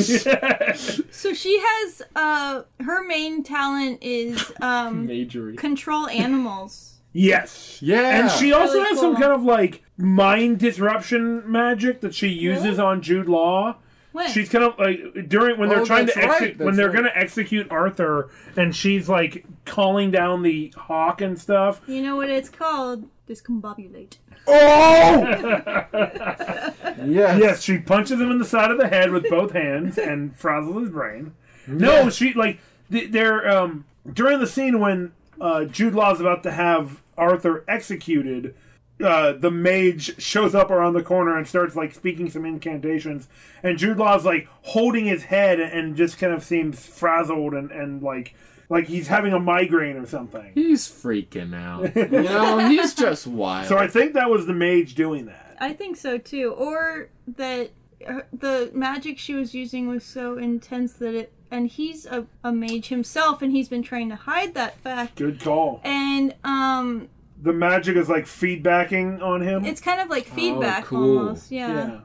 [SPEAKER 2] So she has uh her main talent is um
[SPEAKER 3] Majory.
[SPEAKER 2] control animals.
[SPEAKER 1] yes.
[SPEAKER 3] Yeah.
[SPEAKER 1] And she also
[SPEAKER 2] Really
[SPEAKER 1] has some
[SPEAKER 2] cool.
[SPEAKER 1] kind of like mind disruption magic that she uses
[SPEAKER 2] Really?
[SPEAKER 1] on Jude Law.
[SPEAKER 2] What?
[SPEAKER 1] She's kind of like during when they're
[SPEAKER 3] Oh,
[SPEAKER 1] trying to
[SPEAKER 3] that's right,
[SPEAKER 1] execute when
[SPEAKER 3] that's
[SPEAKER 1] they're
[SPEAKER 3] right.
[SPEAKER 1] going to execute Arthur, and she's like calling down the hawk and stuff.
[SPEAKER 2] you know what it's called? Discombobulate.
[SPEAKER 3] Oh. yes.
[SPEAKER 1] Yes, she punches him in the side of the head with both hands and frazzles his brain. No, she like th- they're um, during the scene when uh, Jude Law's about to have Arthur executed. Uh, the mage shows up around the corner and starts like speaking some incantations, and Jude Law's like holding his head and just kind of seems frazzled and and like like he's having a migraine or something.
[SPEAKER 3] He's freaking out. You know, he's just wild.
[SPEAKER 1] So I think that was the mage doing that.
[SPEAKER 2] I think so too. Or that her- the magic she was using was so intense that it. And he's a, a mage himself, and he's been trying to hide that fact.
[SPEAKER 1] Good call.
[SPEAKER 2] And um,
[SPEAKER 1] The magic is like feedbacking on him.
[SPEAKER 2] it's kind of like feedback
[SPEAKER 3] cool.
[SPEAKER 2] almost. Yeah.
[SPEAKER 1] Yeah.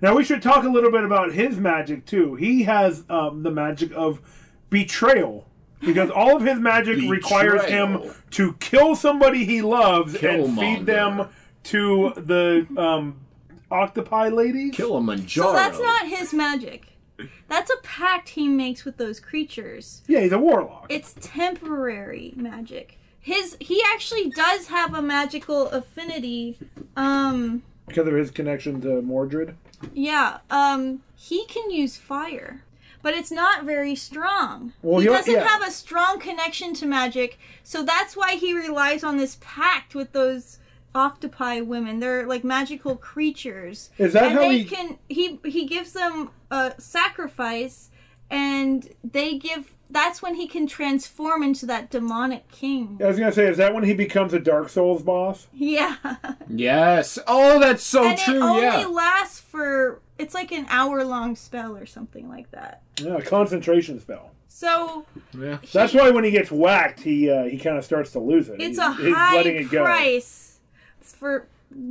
[SPEAKER 1] Now we should talk a little bit about his magic too. He has um, the magic of betrayal because all of his magic requires him
[SPEAKER 3] Betrayal.
[SPEAKER 1] to kill somebody he loves and
[SPEAKER 3] Killmonger.
[SPEAKER 1] feed them to the um, octopi ladies.
[SPEAKER 3] Kill a
[SPEAKER 2] So
[SPEAKER 3] Manjaro.
[SPEAKER 2] that's not his magic. That's a pact he makes with those creatures.
[SPEAKER 1] yeah, he's a warlock.
[SPEAKER 2] It's temporary magic. His he actually does have a magical affinity. Um,
[SPEAKER 1] because of his connection to Mordred.
[SPEAKER 2] Yeah, um, he can use fire, but it's not very strong.
[SPEAKER 1] Well,
[SPEAKER 2] he
[SPEAKER 1] he-
[SPEAKER 2] doesn't
[SPEAKER 1] yeah.
[SPEAKER 2] have a strong connection to magic, so that's why he relies on this pact with those octopi women. They're like magical creatures.
[SPEAKER 1] Is that
[SPEAKER 2] and
[SPEAKER 1] how
[SPEAKER 2] they
[SPEAKER 1] he-
[SPEAKER 2] can he he gives them a sacrifice and they give that's when he can transform into that demonic king.
[SPEAKER 1] I was gonna say, is that when he becomes a Dark Souls boss?
[SPEAKER 2] Yeah.
[SPEAKER 3] Yes. Oh, that's so
[SPEAKER 2] and it
[SPEAKER 3] true.
[SPEAKER 2] only
[SPEAKER 3] Yeah.
[SPEAKER 2] lasts for it's like an hour long spell or something like that.
[SPEAKER 1] Yeah, a concentration spell.
[SPEAKER 2] So
[SPEAKER 3] yeah.
[SPEAKER 1] That's why when he gets whacked, he uh, he kind of starts to lose it.
[SPEAKER 2] It's
[SPEAKER 1] He's-
[SPEAKER 2] a
[SPEAKER 1] he's
[SPEAKER 2] high price for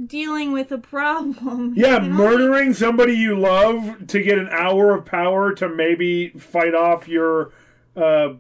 [SPEAKER 2] dealing with a problem.
[SPEAKER 1] Yeah,
[SPEAKER 2] You know?
[SPEAKER 1] murdering somebody you love to get an hour of power to maybe fight off your uh,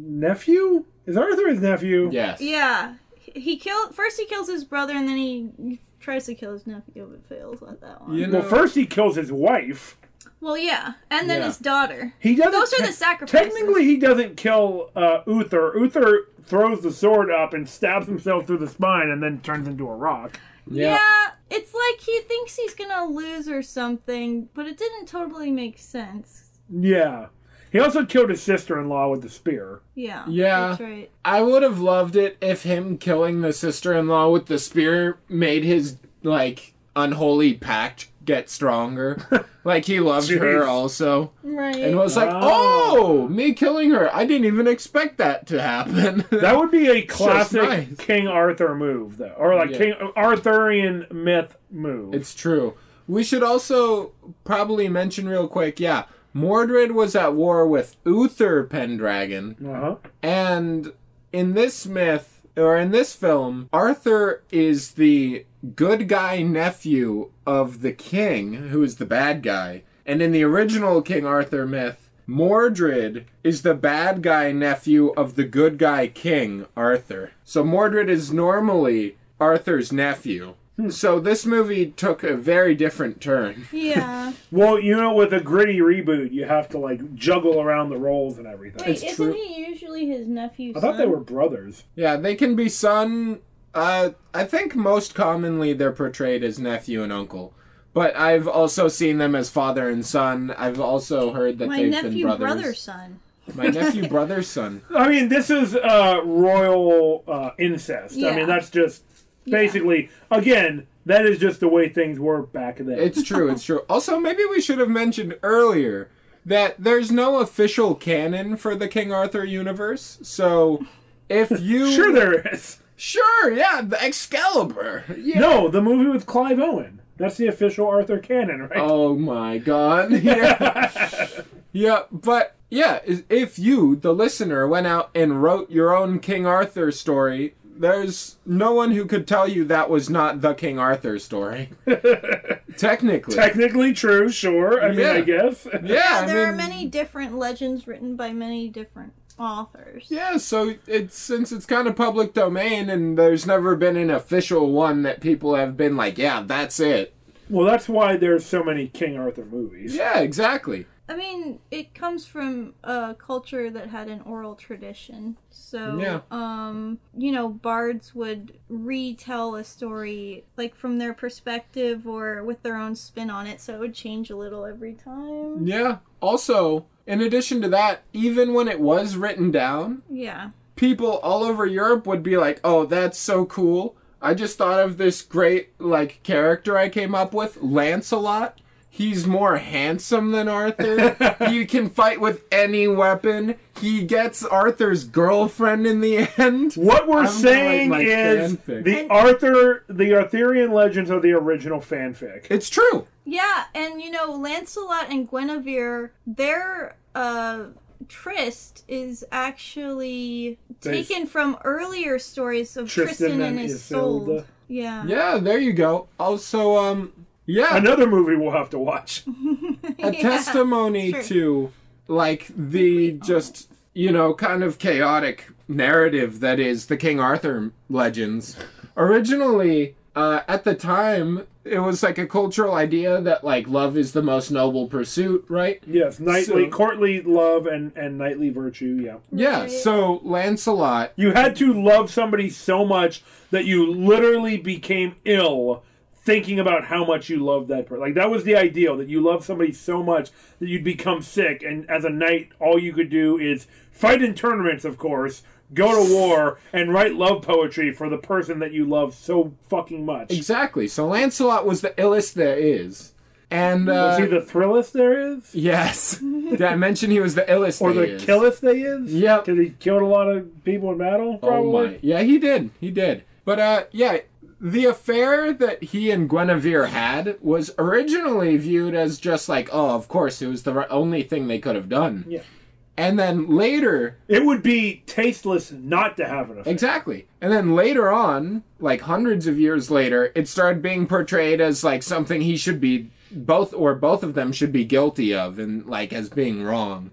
[SPEAKER 1] nephew? Is Arthur his nephew?
[SPEAKER 3] Yes.
[SPEAKER 2] Yeah, he he killed first. He kills his brother, and then he tries to kill his nephew, but fails at that one.
[SPEAKER 3] You know,
[SPEAKER 1] Well, first he kills his wife.
[SPEAKER 2] Well, yeah, and then
[SPEAKER 3] Yeah.
[SPEAKER 2] his daughter.
[SPEAKER 1] He doesn't.
[SPEAKER 2] Those are
[SPEAKER 1] te-
[SPEAKER 2] the sacrifices.
[SPEAKER 1] Technically, he doesn't kill uh, Uther. Uther throws the sword up and stabs himself through the spine, and then turns into a rock.
[SPEAKER 2] yeah.
[SPEAKER 3] yeah.
[SPEAKER 2] it's like he thinks he's gonna lose or something, but it didn't totally make sense.
[SPEAKER 1] Yeah. He also killed his sister-in-law with the spear.
[SPEAKER 2] Yeah,
[SPEAKER 3] Yeah.
[SPEAKER 2] that's right.
[SPEAKER 3] I would have loved it if him killing the sister-in-law with the spear made his like unholy pact get stronger. like he loved her
[SPEAKER 1] Jeez.
[SPEAKER 3] also,
[SPEAKER 2] Right.
[SPEAKER 3] and was like,
[SPEAKER 1] Oh.
[SPEAKER 3] "Oh, me killing her! I didn't even expect that to happen."
[SPEAKER 1] That would be a classic
[SPEAKER 3] nice.
[SPEAKER 1] King Arthur move, though, or like
[SPEAKER 3] Yeah.
[SPEAKER 1] King Arthurian myth move.
[SPEAKER 3] It's true. We should also probably mention real quick, yeah, Mordred was at war with Uther Pendragon,
[SPEAKER 1] uh-huh.
[SPEAKER 3] and in this myth or in this film, Arthur is the good guy nephew of the king, who is the bad guy. And in the original King Arthur myth, Mordred is the bad guy nephew of the good guy king, Arthur. So Mordred is normally Arthur's nephew. So this movie took a very different turn.
[SPEAKER 2] Yeah.
[SPEAKER 1] Well, you know, with a gritty reboot, you have to like juggle around the roles and everything.
[SPEAKER 2] Wait, uh,
[SPEAKER 3] It's
[SPEAKER 2] isn't
[SPEAKER 3] true.
[SPEAKER 2] he usually his nephew?
[SPEAKER 1] I thought they were brothers.
[SPEAKER 3] Yeah, they can be son. Uh, I think most commonly they're portrayed as nephew and uncle, but I've also seen them as father and son. I've also heard that
[SPEAKER 2] my
[SPEAKER 3] they've
[SPEAKER 2] nephew
[SPEAKER 3] been
[SPEAKER 2] brother
[SPEAKER 3] brothers.
[SPEAKER 2] son.
[SPEAKER 3] My nephew brother's son.
[SPEAKER 1] I mean, this is uh, royal uh, incest. I
[SPEAKER 2] Yeah.
[SPEAKER 1] mean, that's just basically again that is just the way things were back then.
[SPEAKER 3] It's true. It's true. Also, maybe we should have mentioned earlier that there's no official canon for the King Arthur universe. So, if you
[SPEAKER 1] sure there is.
[SPEAKER 3] sure, yeah, the Excalibur. Yeah.
[SPEAKER 1] No, the movie with Clive Owen. That's the official Arthur canon, right?
[SPEAKER 3] Oh my god. Yeah. yeah, but yeah, is- if you, the listener, went out and wrote your own King Arthur story, there's no one who could tell you that was not the King Arthur story. Technically.
[SPEAKER 1] Technically true, sure. I mean,
[SPEAKER 3] Oh. Yeah.
[SPEAKER 1] I guess.
[SPEAKER 3] yeah, I
[SPEAKER 2] there are
[SPEAKER 3] mean,
[SPEAKER 2] many different legends written by many different authors.
[SPEAKER 3] Yeah, so it's since it's kind of public domain and there's never been an official one that people have been like, yeah, that's it.
[SPEAKER 1] Well, that's why there's so many King Arthur movies.
[SPEAKER 3] Yeah, exactly.
[SPEAKER 2] I mean, it comes from a culture that had an oral tradition. So,
[SPEAKER 3] Yeah.
[SPEAKER 2] um, you know, bards would retell a story like from their perspective or with their own spin on it, so it would change a little every time.
[SPEAKER 3] Yeah. Also, in addition to that, even when it was written down,
[SPEAKER 2] Yeah.
[SPEAKER 3] people all over Europe would be like, "Oh, that's so cool." I just thought of this great like character I came up with, Lancelot. He's more handsome than Arthur. he can fight with any weapon. He gets Arthur's girlfriend in the end.
[SPEAKER 1] What we're
[SPEAKER 3] I'm gonna write
[SPEAKER 1] saying
[SPEAKER 3] my
[SPEAKER 1] is
[SPEAKER 3] fanfic.
[SPEAKER 1] the Arthur, the Arthurian legends are the original fanfic.
[SPEAKER 3] It's true.
[SPEAKER 2] Yeah, and you know, Lancelot and Guinevere, their uh tryst is actually
[SPEAKER 1] Based-
[SPEAKER 2] taken from earlier stories of
[SPEAKER 1] Tristan
[SPEAKER 2] Tristan, and,
[SPEAKER 1] and
[SPEAKER 2] Isolde.
[SPEAKER 1] Isolde.
[SPEAKER 2] Yeah.
[SPEAKER 3] Yeah, there you go. Also, um, yeah,
[SPEAKER 1] Another movie we'll have to watch.
[SPEAKER 3] a testimony
[SPEAKER 2] sure.
[SPEAKER 3] to like the just you know kind of chaotic narrative that is the King Arthur legends. Originally, uh, at the time, it was like a cultural idea that like love is the most noble pursuit, right?
[SPEAKER 1] Yes, knightly,
[SPEAKER 3] So-
[SPEAKER 1] courtly love and and knightly virtue. Yeah,
[SPEAKER 3] Yeah.
[SPEAKER 2] Right.
[SPEAKER 3] So Lancelot,
[SPEAKER 1] you had to love somebody so much that you literally became ill thinking about how much you loved that person. Like that was the ideal that you love somebody so much that you'd become sick. And as a knight, all you could do is fight in tournaments, of course. Go to war and write love poetry for the person that you love so fucking much.
[SPEAKER 3] exactly. So Lancelot was the illest there is, and uh,
[SPEAKER 1] Was he the thrillist there is?
[SPEAKER 3] yes, did I mention he was the illest
[SPEAKER 1] Or the
[SPEAKER 3] there is?
[SPEAKER 1] killist they is?
[SPEAKER 3] Yep.
[SPEAKER 1] Because he killed a lot of people in battle, probably.
[SPEAKER 3] Oh my. Yeah, he did. He did. But uh yeah, the affair that he and Guinevere had was originally viewed as just like, oh, of course, it was the ri- only thing they could have done.
[SPEAKER 1] Yeah.
[SPEAKER 3] And then later,
[SPEAKER 1] It would be tasteless not to have an affair.
[SPEAKER 3] exactly. And then later on, like hundreds of years later, it started being portrayed as like something he should be both or both of them should be guilty of and like as being wrong.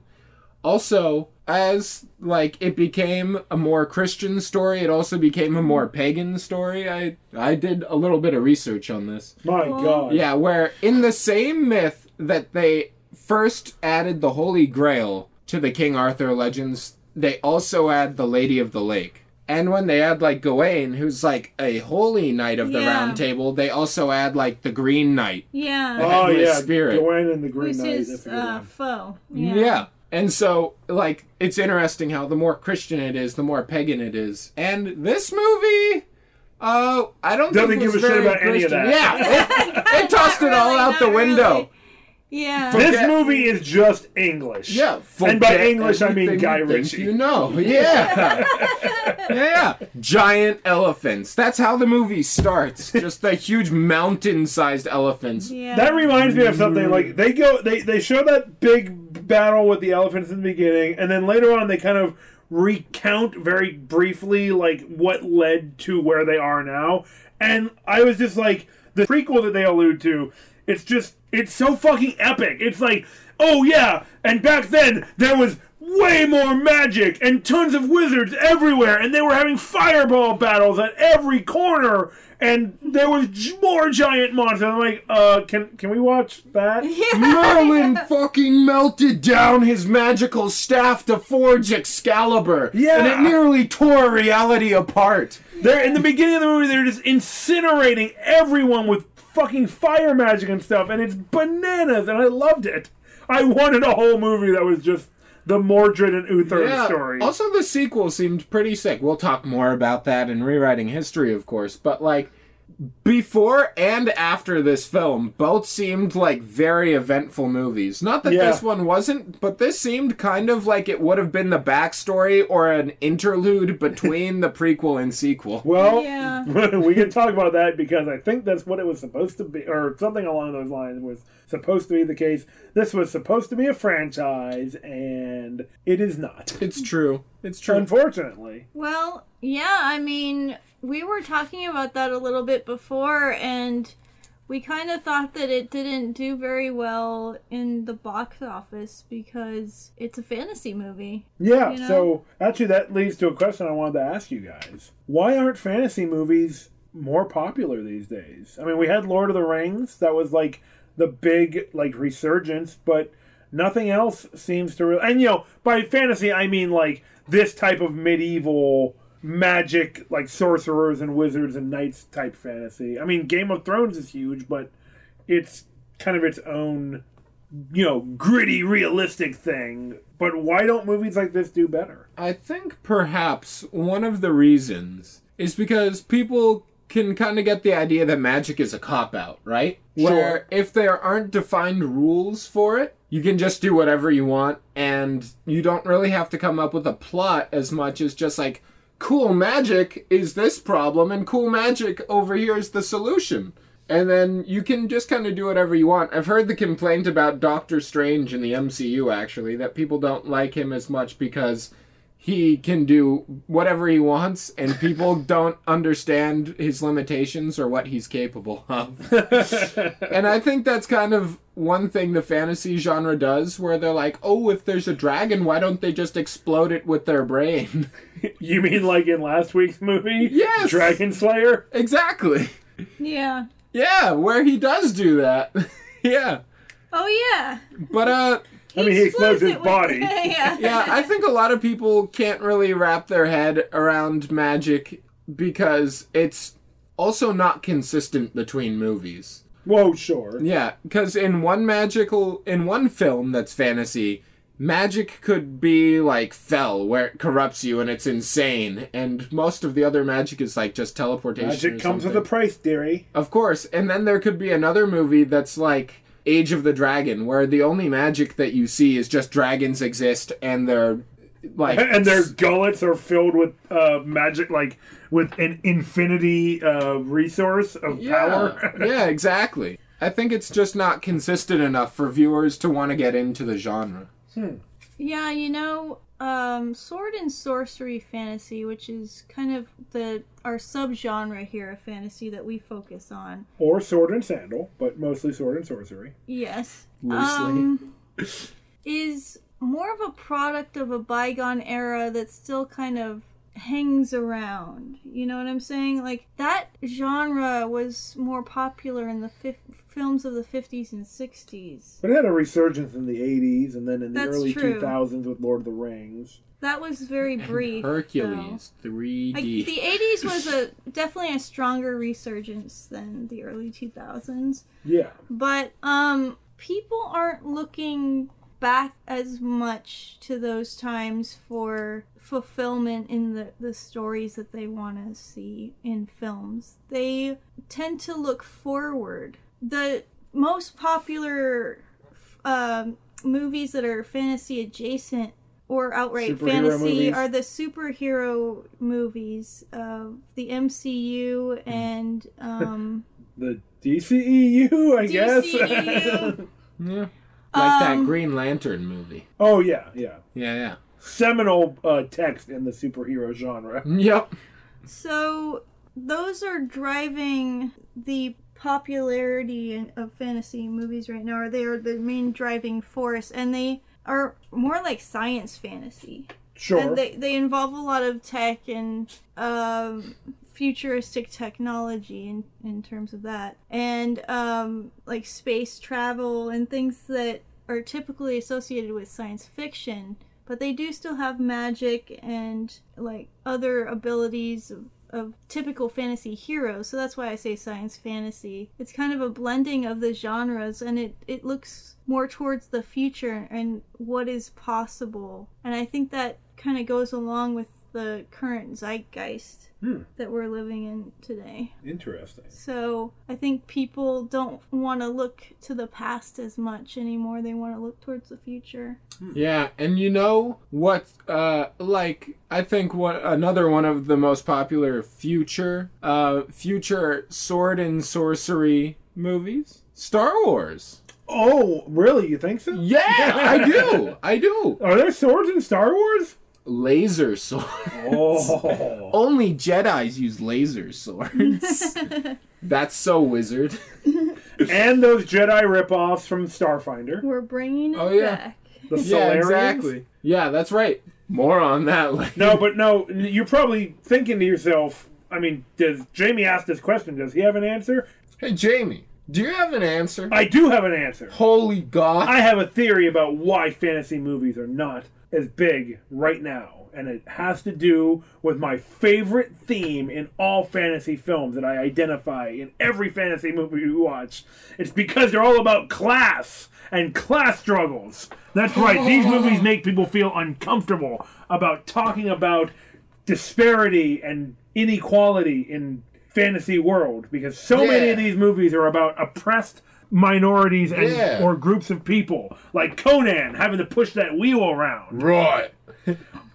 [SPEAKER 3] also as like it became a more christian story it also became a more pagan story i i did a little bit of research on this
[SPEAKER 1] My
[SPEAKER 2] Well-
[SPEAKER 1] God.
[SPEAKER 3] yeah where in the same myth that they first added the holy grail to the king arthur legends they also add the lady of the lake and when they add like gawain who's like a holy knight of the
[SPEAKER 2] Yeah.
[SPEAKER 3] round table they also add like the green knight
[SPEAKER 2] Yeah.
[SPEAKER 1] Oh
[SPEAKER 3] Headless
[SPEAKER 1] yeah,
[SPEAKER 3] spirit.
[SPEAKER 1] Gawain and the Green
[SPEAKER 2] Who's
[SPEAKER 1] Knight. I
[SPEAKER 2] his
[SPEAKER 1] forget his
[SPEAKER 2] uh,
[SPEAKER 1] name.
[SPEAKER 2] foe?
[SPEAKER 3] Yeah. And so, like, it's interesting how the more Christian it is, the more pagan it is. And this movie, uh, I don't
[SPEAKER 1] Doesn't
[SPEAKER 3] think it
[SPEAKER 1] give
[SPEAKER 3] was
[SPEAKER 1] a shit
[SPEAKER 3] very
[SPEAKER 1] about any of
[SPEAKER 3] Christian.
[SPEAKER 2] Yeah.
[SPEAKER 3] Yeah, it, it tossed it
[SPEAKER 2] Not
[SPEAKER 3] all
[SPEAKER 2] really,
[SPEAKER 3] out the
[SPEAKER 2] not
[SPEAKER 3] window.
[SPEAKER 2] really. Yeah.
[SPEAKER 1] This
[SPEAKER 3] forget-
[SPEAKER 1] movie is just English.
[SPEAKER 3] Yeah,
[SPEAKER 1] and by
[SPEAKER 3] forget
[SPEAKER 1] English I mean
[SPEAKER 3] everything
[SPEAKER 1] Guy
[SPEAKER 3] you think
[SPEAKER 1] Ritchie.
[SPEAKER 3] You know, yeah, yeah, yeah. Giant elephants. That's how the movie starts. Just the huge mountain-sized elephants.
[SPEAKER 2] yeah.
[SPEAKER 1] That reminds me of something. Like they go, they they show that big battle with the elephants in the beginning, and then later on they kind of recount very briefly like what led to where they are now. And I was just like the prequel that they allude to. It's just it's so fucking epic. It's like oh yeah, and back then there was. way more magic and tons of wizards everywhere, and they were having fireball battles at every corner, and there was j- more giant monsters. I'm like, uh, can can we watch that?
[SPEAKER 3] Merlin fucking melted down his magical staff to forge Excalibur.
[SPEAKER 1] Yeah.
[SPEAKER 3] And it nearly tore reality apart.
[SPEAKER 1] They're in the beginning of the movie. They're just incinerating everyone with fucking fire magic and stuff, and it's bananas. And I loved it. I wanted a whole movie that was just the Mordred and Uther story.
[SPEAKER 3] Also, the sequel seemed pretty sick. We'll talk more about that in rewriting history, of course. But like before and after this film, both seemed like very eventful movies. Not that
[SPEAKER 1] Yeah.
[SPEAKER 3] this one wasn't, but this seemed kind of like it would have been the backstory or an interlude between the prequel and sequel.
[SPEAKER 1] well,
[SPEAKER 2] Yeah.
[SPEAKER 1] we can talk about that because I think that's what it was supposed to be, or something along those lines was supposed to be the case. This was supposed to be a franchise, and it is not.
[SPEAKER 3] It's true. It's true.
[SPEAKER 1] Unfortunately,
[SPEAKER 2] Well, yeah, I mean, we were talking about that a little bit before, and we kind of thought that it didn't do very well in the box office because it's a fantasy movie.
[SPEAKER 1] yeah.
[SPEAKER 2] You know?
[SPEAKER 1] So actually, that leads to a question I wanted to ask you guys: Why aren't fantasy movies more popular these days? I mean, we had Lord of the Rings, that was like the big like resurgence, but nothing else seems to really and you know by fantasy i mean like this type of medieval magic like sorcerers and wizards and knights type fantasy i mean game of thrones is huge but it's kind of its own you know gritty realistic thing but why don't movies like this do better
[SPEAKER 3] I think perhaps one of the reasons is because people can kind of get the idea that magic is a cop out, right? Where if there aren't defined rules for it, you can just do whatever you want and you don't really have to come up with a plot as much as just like cool magic is this problem and cool magic over here is the solution. And then you can just kind of do whatever you want. I've heard the complaint about Doctor Strange in the MCU actually that people don't like him as much because he can do whatever he wants and people don't understand his limitations or what he's capable of. and I think that's kind of one thing the fantasy genre does where they're like, "Oh, if there's a dragon, why don't they just explode it with their brain?"
[SPEAKER 1] you mean like in last week's movie
[SPEAKER 3] Yes!
[SPEAKER 1] dragon slayer
[SPEAKER 3] exactly.
[SPEAKER 2] Yeah.
[SPEAKER 3] Yeah, where he does do that. yeah.
[SPEAKER 2] Oh, yeah.
[SPEAKER 3] But uh
[SPEAKER 1] i mean he explodes his
[SPEAKER 2] it with-
[SPEAKER 1] body
[SPEAKER 2] yeah.
[SPEAKER 3] yeah, I think a lot of people can't really wrap their head around magic because it's also not consistent between movies.
[SPEAKER 1] whoa sure
[SPEAKER 3] Yeah, because in one magical, in one film that's fantasy, magic could be like fell, where it corrupts you and it's insane, and most of the other magic is like just teleportation.
[SPEAKER 1] magic
[SPEAKER 3] or
[SPEAKER 1] comes with a
[SPEAKER 3] something.
[SPEAKER 1] price dearie
[SPEAKER 3] Of course, and then there could be another movie that's like Age of the Dragon, where the only magic that you see is just dragons exist and they're like
[SPEAKER 1] and their gullets are filled with uh, magic, like with an infinity uh, resource of power.
[SPEAKER 3] yeah, exactly. I think it's just not consistent enough for viewers to want to get into the genre.
[SPEAKER 2] Yeah, you know, um, sword and sorcery fantasy, which is kind of the our subgenre here of fantasy that we focus on.
[SPEAKER 1] or sword and sandal, but mostly sword and sorcery.
[SPEAKER 2] Yes.
[SPEAKER 3] Loosely.
[SPEAKER 2] Um, is more of a product of a bygone era that still kind of hangs around. You know what I'm saying? Like that genre was more popular in the fif- films of the 50s and 60s.
[SPEAKER 1] But it had a resurgence in the 80s and then in the
[SPEAKER 2] That's
[SPEAKER 1] early
[SPEAKER 2] true.
[SPEAKER 1] 2000s with Lord of the Rings.
[SPEAKER 2] That was very brief. though.
[SPEAKER 3] Hercules
[SPEAKER 2] Like
[SPEAKER 3] 3D.
[SPEAKER 2] the eighties was a definitely a stronger resurgence than the early two thousands.
[SPEAKER 1] Yeah.
[SPEAKER 2] But um people aren't looking back as much to those times for fulfillment in the, the stories that they want to see in films. They tend to look forward. The most popular um, movies that are fantasy adjacent or outright
[SPEAKER 1] Superhero
[SPEAKER 2] fantasy
[SPEAKER 1] movies.
[SPEAKER 2] are the superhero movies of the MCU and um,
[SPEAKER 1] The DCEU, I
[SPEAKER 3] E
[SPEAKER 1] guess.
[SPEAKER 2] DCEU.
[SPEAKER 3] Yeah. Like that
[SPEAKER 2] Um,
[SPEAKER 3] Green Lantern movie.
[SPEAKER 1] oh, yeah, yeah.
[SPEAKER 3] Yeah, yeah.
[SPEAKER 1] Seminal uh, text in the superhero genre.
[SPEAKER 3] Yep.
[SPEAKER 2] So those are driving the popularity of fantasy movies right now, or they are the main driving force, and they are more like science fantasy.
[SPEAKER 1] Sure.
[SPEAKER 2] And they, they involve a lot of tech and um, futuristic technology in, in terms of that. And um, like space travel and things that are typically associated with science fiction. But they do still have magic and like other abilities of, of typical fantasy heroes. So that's why I say science fantasy. It's kind of a blending of the genres and it, it looks more towards the future and what is possible. And I think that kind of goes along with the current zeitgeist
[SPEAKER 1] Hmm.
[SPEAKER 2] that we're living in today.
[SPEAKER 1] Interesting.
[SPEAKER 2] So I think people don't want to look to the past as much anymore. They want to look towards the future.
[SPEAKER 3] Yeah, and you know what? Uh, like I think what another one of the most popular future, uh, future sword and sorcery movies, Star Wars.
[SPEAKER 1] Oh, really? You think so?
[SPEAKER 3] Yeah, I do. I do.
[SPEAKER 1] Are there swords in Star Wars?
[SPEAKER 3] Laser sword.
[SPEAKER 1] Oh.
[SPEAKER 3] Only Jedi's use laser swords. That's so wizard.
[SPEAKER 1] and those Jedi ripoffs from Starfinder.
[SPEAKER 2] We're bringing it
[SPEAKER 3] Oh, yeah.
[SPEAKER 2] back.
[SPEAKER 1] The
[SPEAKER 3] yeah,
[SPEAKER 1] Solarians.
[SPEAKER 3] exactly. Yeah, that's right. More on that later.
[SPEAKER 1] No, but no, you're probably thinking to yourself, I mean, does Jamie asked this question? Does he have an answer?
[SPEAKER 3] Hey, Jamie, do you have an answer?
[SPEAKER 1] I do have an answer.
[SPEAKER 3] Holy God.
[SPEAKER 1] I have a theory about why fantasy movies are not as big right now, and it has to do with my favorite theme in all fantasy films that I identify in every fantasy movie we watch. It's because they're all about class and class struggles. That's right, these movies make people feel uncomfortable about talking about disparity and inequality in fantasy world because so many of
[SPEAKER 3] Yeah.
[SPEAKER 1] these movies are about oppressed minorities and
[SPEAKER 3] Yeah.
[SPEAKER 1] or groups of people like Conan having to push that wheel around
[SPEAKER 3] right.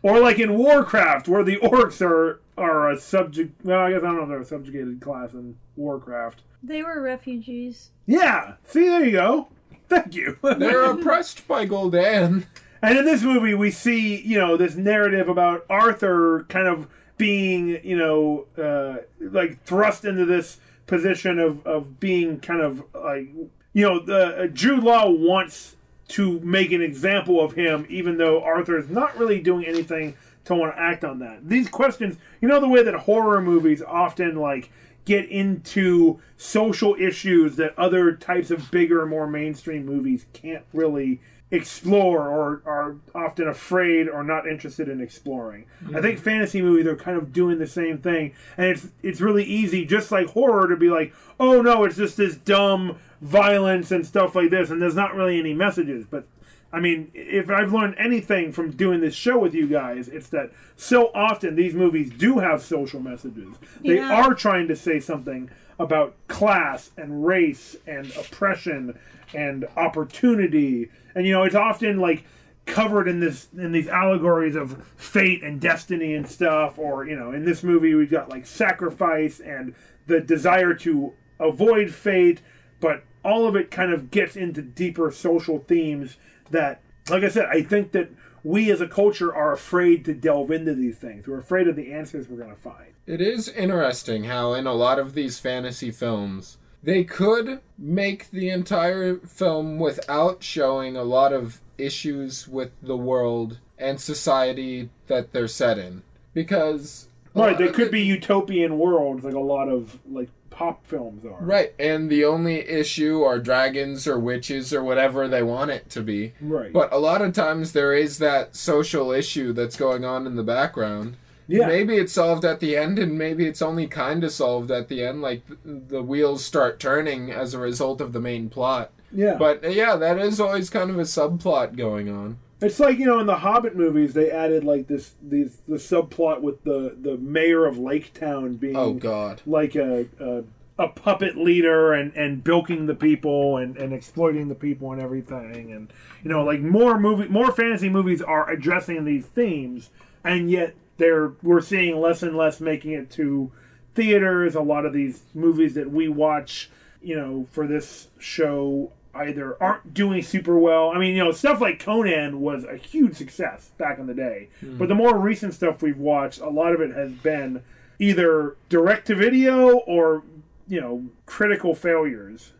[SPEAKER 1] or like in Warcraft where the orcs are are a subject well I guess I don't know if they're a subjugated class in Warcraft
[SPEAKER 2] They were refugees.
[SPEAKER 1] yeah see there you go thank you
[SPEAKER 3] They're oppressed by Goldan.
[SPEAKER 1] And in this movie, we see, you know, this narrative about Arthur kind of being, you know, uh, like thrust into this position of, of being kind of like, you know, the, uh, Jude Law wants to make an example of him, even though Arthur is not really doing anything to want to act on that. These questions, you know, the way that horror movies often like get into social issues that other types of bigger, more mainstream movies can't really explore or are often afraid or not interested in exploring. I think fantasy movies are kind of doing the same thing and it's it's really easy just like horror to be like, "Oh no, it's just this dumb violence and stuff like this and there's not really any messages." But I mean, if I've learned anything from doing this show with you guys, it's that so often these movies do have social messages. They
[SPEAKER 2] Yeah.
[SPEAKER 1] are trying to say something about class and race and oppression and opportunity. And you know, it's often like covered in this in these allegories of fate and destiny and stuff or you know, in this movie we've got like sacrifice and the desire to avoid fate, but all of it kind of gets into deeper social themes that like I said, I think that we as a culture are afraid to delve into these things. We're afraid of the answers we're going to find.
[SPEAKER 3] It is interesting how, in a lot of these fantasy films, they could make the entire film without showing a lot of issues with the world and society that they're set in. Because. a
[SPEAKER 1] Right,
[SPEAKER 3] lot
[SPEAKER 1] they
[SPEAKER 3] of
[SPEAKER 1] could
[SPEAKER 3] the-
[SPEAKER 1] be utopian worlds like a lot of like pop films are.
[SPEAKER 3] Right, and the only issue are dragons or witches or whatever they want it to be.
[SPEAKER 1] Right.
[SPEAKER 3] But a lot of times there is that social issue that's going on in the background.
[SPEAKER 1] yeah.
[SPEAKER 3] Maybe it's solved at the end, and maybe it's only kind of solved at the end. Like th- the wheels start turning as a result of the main plot.
[SPEAKER 1] yeah.
[SPEAKER 3] But uh, yeah, that is always kind of a subplot going on.
[SPEAKER 1] it's like, you know, in the Hobbit movies they added like this these the subplot with the the mayor of Lake Town being
[SPEAKER 3] Oh God.
[SPEAKER 1] like a, a a puppet leader and and bilking the people and and exploiting the people and everything and you know like more movie more fantasy movies are addressing these themes and yet they're we're seeing less and less making it to theaters a lot of these movies that we watch you know for this show either aren't doing super well i mean you know stuff like conan was a huge success back in the day but the more recent stuff we've watched a lot of it has been either direct to video or you know critical failures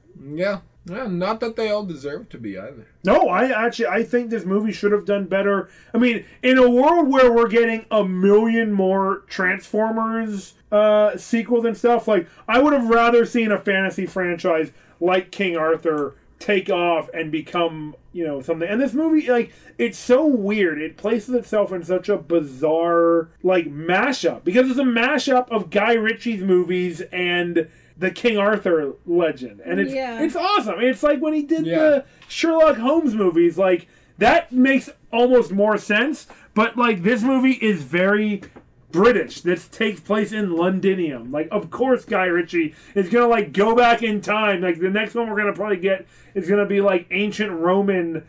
[SPEAKER 3] Yeah, Yeah, not that they all deserve to be either.
[SPEAKER 1] No, I actually I think this movie should have done better. I mean, in a world where we're getting a million more Transformers uh, sequels and stuff, like I would have rather seen a fantasy franchise like King Arthur take off and become you know something. And this movie, like, it's so weird. It places itself in such a bizarre like mashup because it's a mashup of Guy Ritchie's movies and the King Arthur legend, and it's
[SPEAKER 2] Yeah.
[SPEAKER 1] it's awesome. It's like when he did
[SPEAKER 3] Yeah.
[SPEAKER 1] the Sherlock Holmes movies, like that makes almost more sense. But like this movie is very British. This takes place in Londinium. Like, of course, Guy Ritchie is gonna like go back in time. Like the next one we're gonna probably get is gonna be like ancient Roman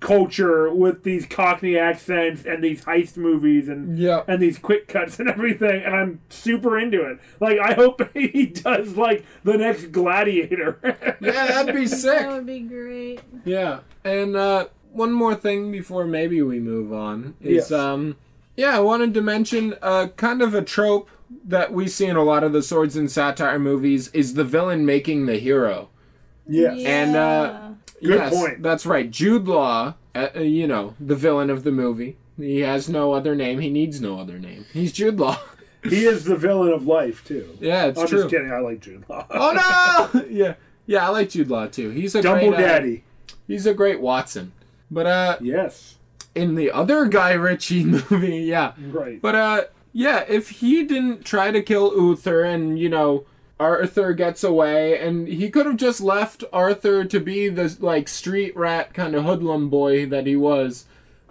[SPEAKER 1] culture with these Cockney accents and these heist movies and
[SPEAKER 3] Yeah.
[SPEAKER 1] and these quick cuts and everything, and I'm super into it. Like, I hope he does like the next Gladiator.
[SPEAKER 3] Yeah, that'd be sick.
[SPEAKER 2] That would be great.
[SPEAKER 3] Yeah, and uh, one more thing before maybe we move on is,
[SPEAKER 1] Yes.
[SPEAKER 3] um, yeah, I wanted to mention uh, kind of a trope that we see in a lot of the swords and satire movies is the villain making the hero.
[SPEAKER 1] yes.
[SPEAKER 3] And, uh,
[SPEAKER 1] Good point.
[SPEAKER 3] That's right. Jude Law, uh, uh, you know, the villain of the movie. He has no other name. He needs no other name. He's Jude Law.
[SPEAKER 1] He is the villain of life, too.
[SPEAKER 3] yeah, it's
[SPEAKER 1] I'm
[SPEAKER 3] true.
[SPEAKER 1] just kidding. I like Jude Law.
[SPEAKER 3] Oh no! yeah, yeah, I like Jude Law too. He's a
[SPEAKER 1] Dumbo
[SPEAKER 3] great, uh,
[SPEAKER 1] Daddy.
[SPEAKER 3] he's a great Watson. But uh,
[SPEAKER 1] Yes.
[SPEAKER 3] in the other Guy Ritchie movie, yeah.
[SPEAKER 1] Right.
[SPEAKER 3] But uh yeah, if he didn't try to kill Uther and, you know, Arthur gets away and he could have just left Arthur to be the like street rat kind of hoodlum boy that he was.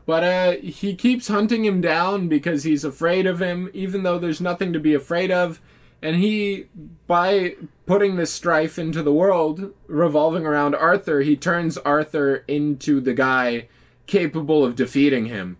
[SPEAKER 3] But uh he keeps hunting him down because he's afraid of him even though there's nothing to be afraid of. And he by putting this strife into the world revolving around Arthur, he turns Arthur into the guy capable of defeating him.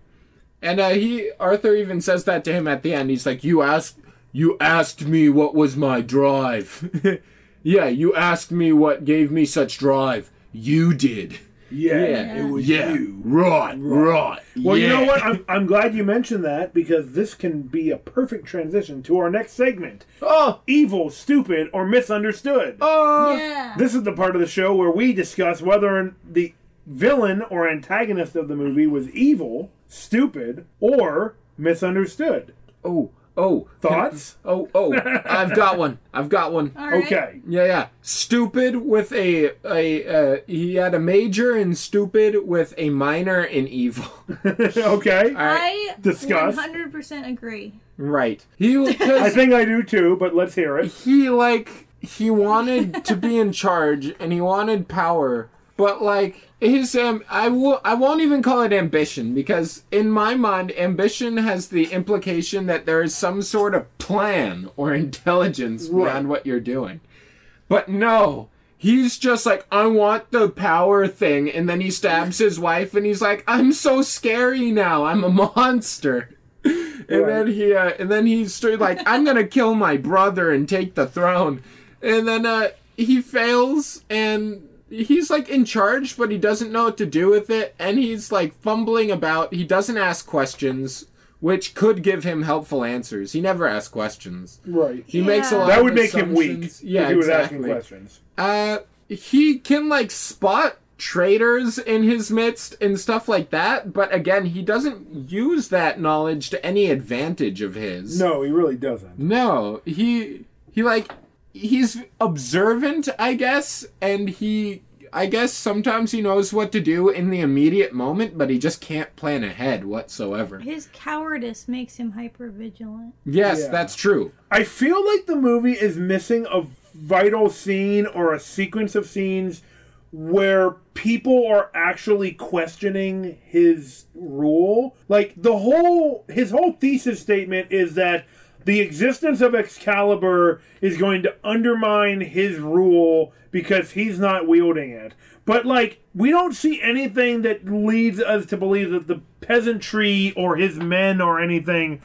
[SPEAKER 3] And uh, he Arthur even says that to him at the end. He's like, "You asked, you asked me what was my drive. yeah, you asked me what gave me such drive. You did.
[SPEAKER 1] yeah,
[SPEAKER 3] yeah.
[SPEAKER 1] It was
[SPEAKER 3] yeah,
[SPEAKER 1] you.
[SPEAKER 3] right, right.
[SPEAKER 1] Well, you know
[SPEAKER 3] yeah."
[SPEAKER 1] what? I'm, I'm glad you mentioned that because this can be a perfect transition to our next segment
[SPEAKER 3] Oh,
[SPEAKER 1] Evil, Stupid, or Misunderstood.
[SPEAKER 3] oh,
[SPEAKER 2] yeah.
[SPEAKER 1] This is the part of the show where we discuss whether the villain or antagonist of the movie was evil, stupid, or misunderstood.
[SPEAKER 3] oh, oh.
[SPEAKER 1] Thoughts?
[SPEAKER 3] Oh, oh. I've got one. I've got one.
[SPEAKER 2] All right.
[SPEAKER 1] Okay.
[SPEAKER 3] Yeah, yeah. Stupid with a a. Uh, he had a major in stupid with a minor in evil.
[SPEAKER 1] okay.
[SPEAKER 3] All right.
[SPEAKER 2] I
[SPEAKER 1] Discuss.
[SPEAKER 2] 100% agree.
[SPEAKER 3] Right. He
[SPEAKER 1] I
[SPEAKER 3] because
[SPEAKER 1] think I do too, but let's hear it.
[SPEAKER 3] he like he wanted to be in charge and he wanted power but like his um, I will I won't even call it ambition because in my mind ambition has the implication that there is some sort of plan or intelligence
[SPEAKER 1] Right.
[SPEAKER 3] beyond what you're doing. But no, he's just like I want the power thing and then he stabs his wife and he's like I'm so scary now. I'm a monster. And
[SPEAKER 1] Right.
[SPEAKER 3] then he uh, and then he straight like I'm gonna kill my brother and take the throne. And then uh, he fails and he's like in charge, but he doesn't know what to do with it. And he's like fumbling about. He doesn't ask questions, which could give him helpful answers. He never asks questions.
[SPEAKER 1] Right.
[SPEAKER 3] He makes a
[SPEAKER 2] Yeah.
[SPEAKER 3] lot.
[SPEAKER 1] That
[SPEAKER 3] of
[SPEAKER 1] would make him weak
[SPEAKER 3] assumptions. Yeah,
[SPEAKER 1] if he was asking
[SPEAKER 3] exactly.
[SPEAKER 1] questions.
[SPEAKER 3] Uh, he can like spot traitors in his midst and stuff like that, but again, he doesn't use that knowledge to any advantage of his.
[SPEAKER 1] No, he really doesn't.
[SPEAKER 3] No, he he like he's observant, I guess, and he I guess sometimes he knows what to do in the immediate moment, but he just can't plan ahead whatsoever.
[SPEAKER 2] His cowardice makes him hyper vigilant.
[SPEAKER 3] Yes,
[SPEAKER 1] Yeah.
[SPEAKER 3] that's true.
[SPEAKER 1] I feel like the movie is missing a vital scene or a sequence of scenes where people are actually questioning his rule. Like the whole his whole thesis statement is that the existence of Excalibur is going to undermine his rule because he's not wielding it. But like we don't see anything that leads us to believe that the peasantry or his men or anything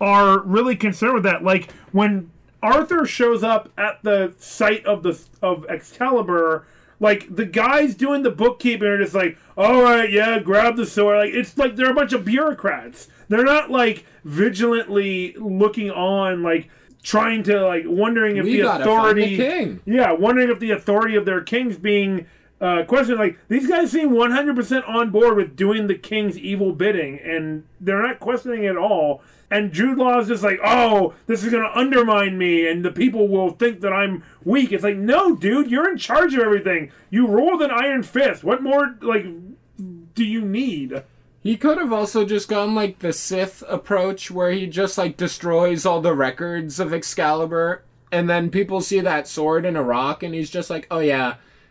[SPEAKER 1] are really concerned with that. Like when Arthur shows up at the site of the of Excalibur, like the guys doing the bookkeeping are just like, "All right, yeah, grab the sword." Like it's like they're a bunch of bureaucrats. They're not like vigilantly looking on, like trying to like wondering if
[SPEAKER 3] We
[SPEAKER 1] the
[SPEAKER 3] gotta find the
[SPEAKER 1] authority
[SPEAKER 3] king.
[SPEAKER 1] yeah, wondering if the authority of their king's being uh, question like these guys seem 100% on board with doing the king's evil bidding and they're not questioning it at all and jude law is just like oh this is going to undermine me and the people will think that i'm weak it's like no dude you're in charge of everything you rule with an iron fist what more like do you need
[SPEAKER 3] He could have also just gone like the Sith approach where he just like destroys all the records of Excalibur and then people see that sword in a rock and he's just like, "Oh yeah,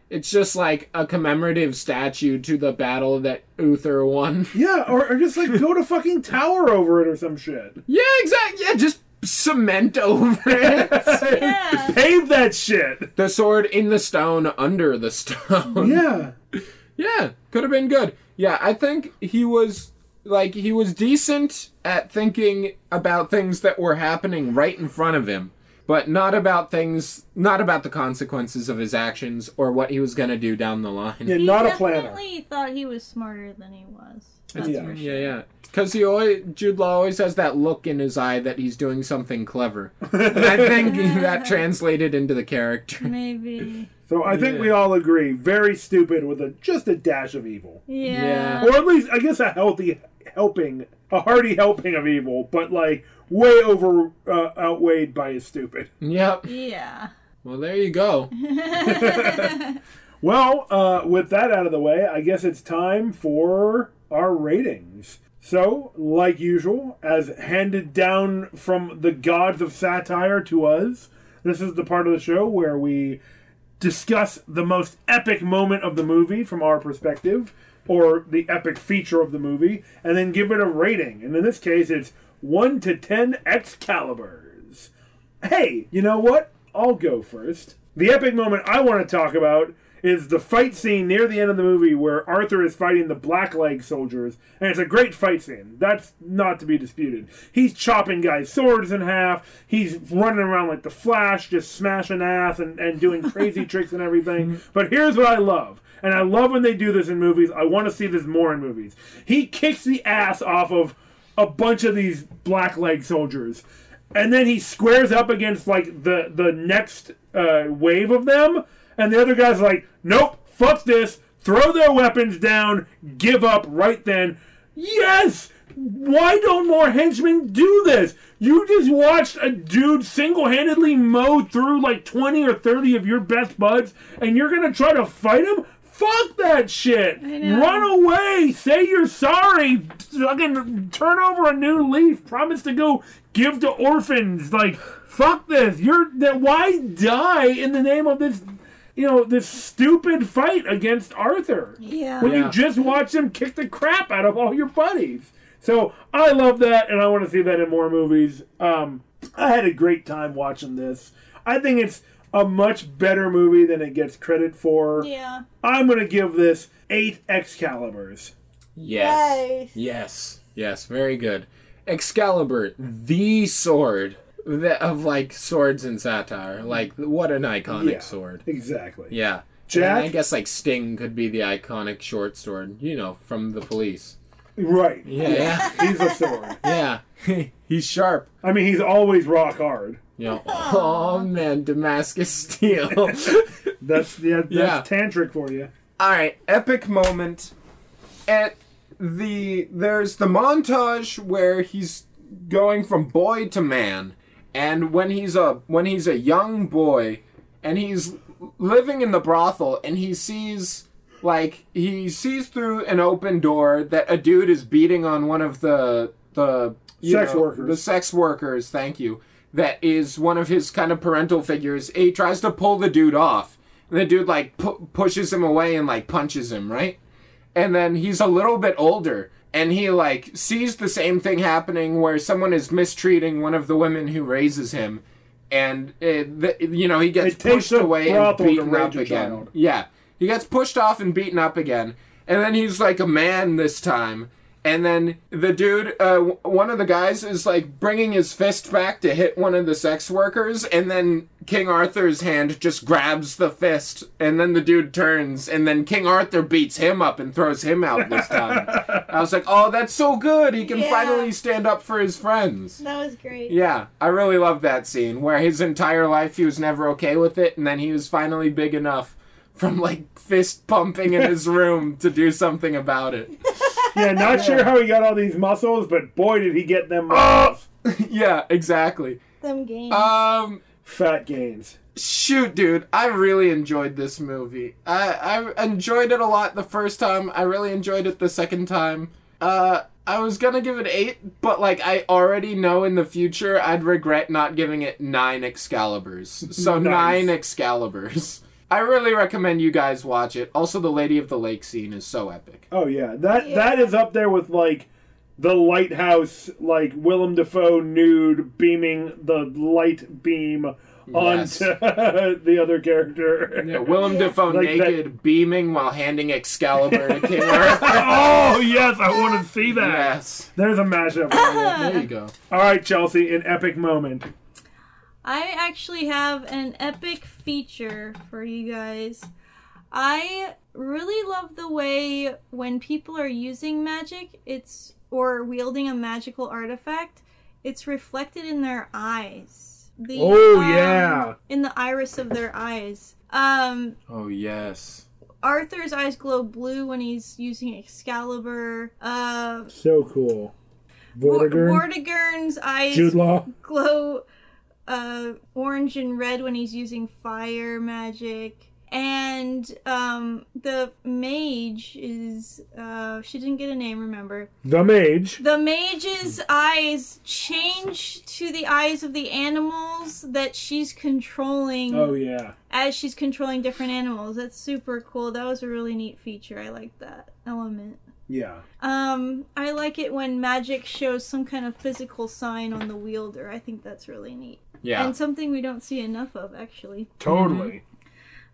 [SPEAKER 3] it's just like a commemorative statue to the battle that Uther won."
[SPEAKER 1] yeah or, or just like go to fucking tower over it or some shit
[SPEAKER 3] yeah, exactly. Yeah, just cement over it.
[SPEAKER 2] Yeah.
[SPEAKER 1] pave that shit
[SPEAKER 3] the sword in the stone under the stone.
[SPEAKER 1] yeah
[SPEAKER 3] Yeah, could have been good. Yeah, I think he was like he was decent at thinking about things that were happening right in front of him, but not about things not about the consequences of his actions or what he was going to do down the line.
[SPEAKER 1] yeah
[SPEAKER 2] He
[SPEAKER 1] not a planner
[SPEAKER 2] definitely thought he was smarter than he was. That's
[SPEAKER 1] Yeah.
[SPEAKER 2] for
[SPEAKER 3] Yeah,
[SPEAKER 2] sure.
[SPEAKER 3] yeah. Because he always, Jude Law always has that look in his eye that he's doing something clever. And I think that translated into the character.
[SPEAKER 2] Maybe.
[SPEAKER 1] so i think
[SPEAKER 3] Yeah.
[SPEAKER 1] we all agree very stupid with a just a dash of evil
[SPEAKER 2] Yeah.
[SPEAKER 1] or at least I guess a healthy helping, a hearty helping of evil, but like way over uh, outweighed by his stupid.
[SPEAKER 3] Yep.
[SPEAKER 2] Yeah.
[SPEAKER 3] Well, there you go.
[SPEAKER 1] Well, uh, with that out of the way, I guess it's time for our ratings. So, like usual, as handed down from the gods of satire to us, this is the part of the show where we discuss the most epic moment of the movie from our perspective, or the epic feature of the movie, and then give it a rating. And in this case, it's 1 to 10 Excaliburs. Hey, you know what? I'll go first. The epic moment I want to talk about is the fight scene near the end of the movie where Arthur is fighting the Blackleg soldiers, and it's a great fight scene. That's not to be disputed. He's chopping guys' swords in half, he's running around like the Flash, just smashing ass and, and doing crazy tricks and everything. But here's what I love. And I love when they do this in movies. I want to see this more in movies. He kicks the ass off of a bunch of these blackleg soldiers and then he squares up against like the the next uh, wave of them, and the other guy's like, "Nope, fuck this! Throw their weapons down, give up right then." Yes. Why don't more henchmen do this? You just watched a dude single-handedly mow through like 20 or 30 of your best buds and you're going to try to fight him? Fuck that shit.
[SPEAKER 2] know.
[SPEAKER 1] Run away. Say you're sorry. Fucking turn over a new leaf. Promise to go give to orphans. Like, fuck this. You're that. Why die in the name of this? You know this stupid fight against Arthur.
[SPEAKER 2] Yeah.
[SPEAKER 1] When
[SPEAKER 3] Yeah.
[SPEAKER 1] you just watch him kick the crap out of all your buddies. So I love that, and I want to see that in more movies. Um, I had a great time watching this. I think it's a much better movie than it gets credit for.
[SPEAKER 2] Yeah.
[SPEAKER 1] I'm gonna give this eight Excaliburs.
[SPEAKER 3] Yes.
[SPEAKER 2] Nice.
[SPEAKER 3] Yes. Yes. Very good. Excalibur, the sword the, of like swords and satire. Like what an iconic
[SPEAKER 1] Yeah.
[SPEAKER 3] sword.
[SPEAKER 1] Exactly.
[SPEAKER 3] Yeah. And
[SPEAKER 1] Jack?
[SPEAKER 3] I guess like Sting could be the iconic short sword. You know, from the police.
[SPEAKER 1] Right.
[SPEAKER 3] Yeah. Yeah.
[SPEAKER 1] He's a sword.
[SPEAKER 3] yeah. He's sharp.
[SPEAKER 1] I mean, he's always rock hard.
[SPEAKER 3] You know. Oh man, Damascus Steel. All
[SPEAKER 1] That's yeah, that's
[SPEAKER 3] Yeah.
[SPEAKER 1] tantric for you.
[SPEAKER 3] right, epic moment. At the there's the montage where he's going from boy to man, and when he's a when he's a young boy, and he's living in the brothel, and he sees like he sees through an open door that a dude is beating on one of the the you
[SPEAKER 1] Sex workers.
[SPEAKER 3] the sex workers thank you that is one of his kind of parental figures he tries to pull the dude off and the dude like pu- pushes him away and like punches him right and then he's a little bit older and he like sees the same thing happening where someone is mistreating one of the women who raises him and it, th you know he gets
[SPEAKER 1] It takes
[SPEAKER 3] pushed
[SPEAKER 1] a
[SPEAKER 3] away and
[SPEAKER 1] brothel to
[SPEAKER 3] beaten
[SPEAKER 1] raise
[SPEAKER 3] up
[SPEAKER 1] a
[SPEAKER 3] again
[SPEAKER 1] child.
[SPEAKER 3] yeah. He gets pushed off and beaten up again. And then he's like a man this time. And then the dude, uh, w- one of the guys is like bringing his fist back to hit one of the sex workers. And then King Arthur's hand just grabs the fist. And then the dude turns. And then King Arthur beats him up and throws him out this time. I was like, oh, that's so good. He can
[SPEAKER 2] Yeah.
[SPEAKER 3] finally stand up for his friends.
[SPEAKER 2] That was great.
[SPEAKER 3] Yeah, I really love that scene where his entire life he was never okay with it, and then he was finally big enough from like fist pumping in his room to do something about it.
[SPEAKER 1] Yeah, not sure how he got all these muscles, but boy, did he get them
[SPEAKER 3] Ah!
[SPEAKER 1] muscles.
[SPEAKER 3] yeah, exactly.
[SPEAKER 2] Them games.
[SPEAKER 3] Um,
[SPEAKER 1] fat gains.
[SPEAKER 3] shoot dude i really enjoyed this movie I, I enjoyed it a lot the first time i really enjoyed it the second time uh i was gonna give it eight but like i already know in the future i'd regret not giving it nine excaliburs so
[SPEAKER 1] Nice.
[SPEAKER 3] nine excaliburs i really recommend you guys watch it also the lady of the lake scene is so epic
[SPEAKER 1] Oh yeah, that
[SPEAKER 2] Yeah.
[SPEAKER 1] that is up there with like the lighthouse, like Willem Dafoe nude beaming the light beam
[SPEAKER 3] Yes.
[SPEAKER 1] onto the other character.
[SPEAKER 3] yeah, Willem Dafoe
[SPEAKER 1] Like that-
[SPEAKER 3] naked, beaming while handing Excalibur to King Arthur.
[SPEAKER 1] oh yes, I want to see that.
[SPEAKER 3] yes.
[SPEAKER 1] There's a mashup. for you.
[SPEAKER 3] There you go.
[SPEAKER 1] All right, Chelsea, an epic moment.
[SPEAKER 2] I actually have an epic feature for you guys. I really love the way when people are using magic, it's or wielding a magical artifact, it's reflected in their eyes. The, um,
[SPEAKER 1] Oh, yeah.
[SPEAKER 2] in the iris of their eyes. Um,
[SPEAKER 3] Oh, yes.
[SPEAKER 2] Arthur's eyes glow blue when he's using Excalibur. Uh,
[SPEAKER 1] So cool. Vortigern,
[SPEAKER 2] Vortigern's eyes
[SPEAKER 1] Jude Law.
[SPEAKER 2] glow uh, orange and red when he's using fire magic. And um, the mage is. Uh, she didn't get a name, remember.
[SPEAKER 1] The Mage.
[SPEAKER 2] The mage's eyes change to the eyes of the animals that she's controlling
[SPEAKER 1] Oh yeah.
[SPEAKER 2] as she's controlling different animals. That's super cool. That was a really neat feature. I like that element.
[SPEAKER 1] Yeah.
[SPEAKER 2] Um, I like it when magic shows some kind of physical sign on the wielder. I think that's really neat.
[SPEAKER 3] Yeah.
[SPEAKER 2] And something we don't see enough of, actually.
[SPEAKER 1] Totally.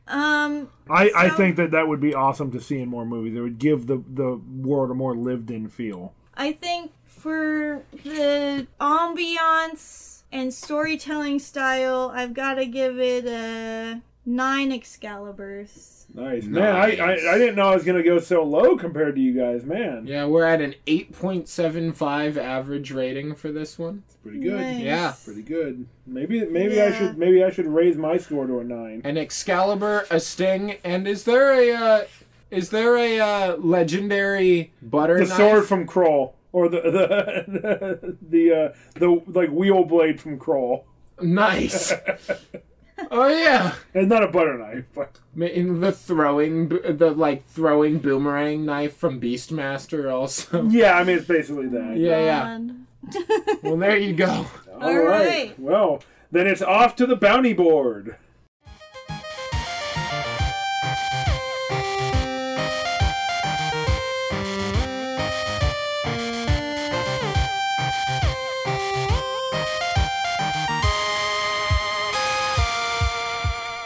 [SPEAKER 2] Um,
[SPEAKER 1] I, I
[SPEAKER 2] So-
[SPEAKER 1] think that that would be awesome to see in more movies. It would give the, the world a more lived in feel.
[SPEAKER 2] I think for the ambiance and storytelling style, I've got to give it a nine Excaliburs.
[SPEAKER 1] Nice. Man, I, I, I didn't know I was going to go so low compared to you guys. Man,
[SPEAKER 3] Yeah, we're at an 8.75 average rating for this one.
[SPEAKER 1] it's pretty good.
[SPEAKER 2] Nice.
[SPEAKER 3] Yeah,
[SPEAKER 1] Pretty good. Maybe maybe I
[SPEAKER 2] Yeah.
[SPEAKER 1] should maybe I should raise my score to a 9.
[SPEAKER 3] An Excalibur, a Sting, and is there a uh, is there a uh, legendary butter
[SPEAKER 1] The
[SPEAKER 3] knife?
[SPEAKER 1] sword from Kroll or the the the, uh, the like wheel blade from Kroll.
[SPEAKER 3] Nice. oh yeah.
[SPEAKER 1] It's not a butter knife, but
[SPEAKER 3] Ma- In the throwing bo- the like throwing boomerang knife from Beastmaster also.
[SPEAKER 1] yeah, I mean it's basically that.
[SPEAKER 3] Yeah, yeah.
[SPEAKER 2] God.
[SPEAKER 3] Well, there you go.
[SPEAKER 2] All
[SPEAKER 1] right.
[SPEAKER 2] right.
[SPEAKER 1] Well, then it's off to the bounty board.
[SPEAKER 3] Oh,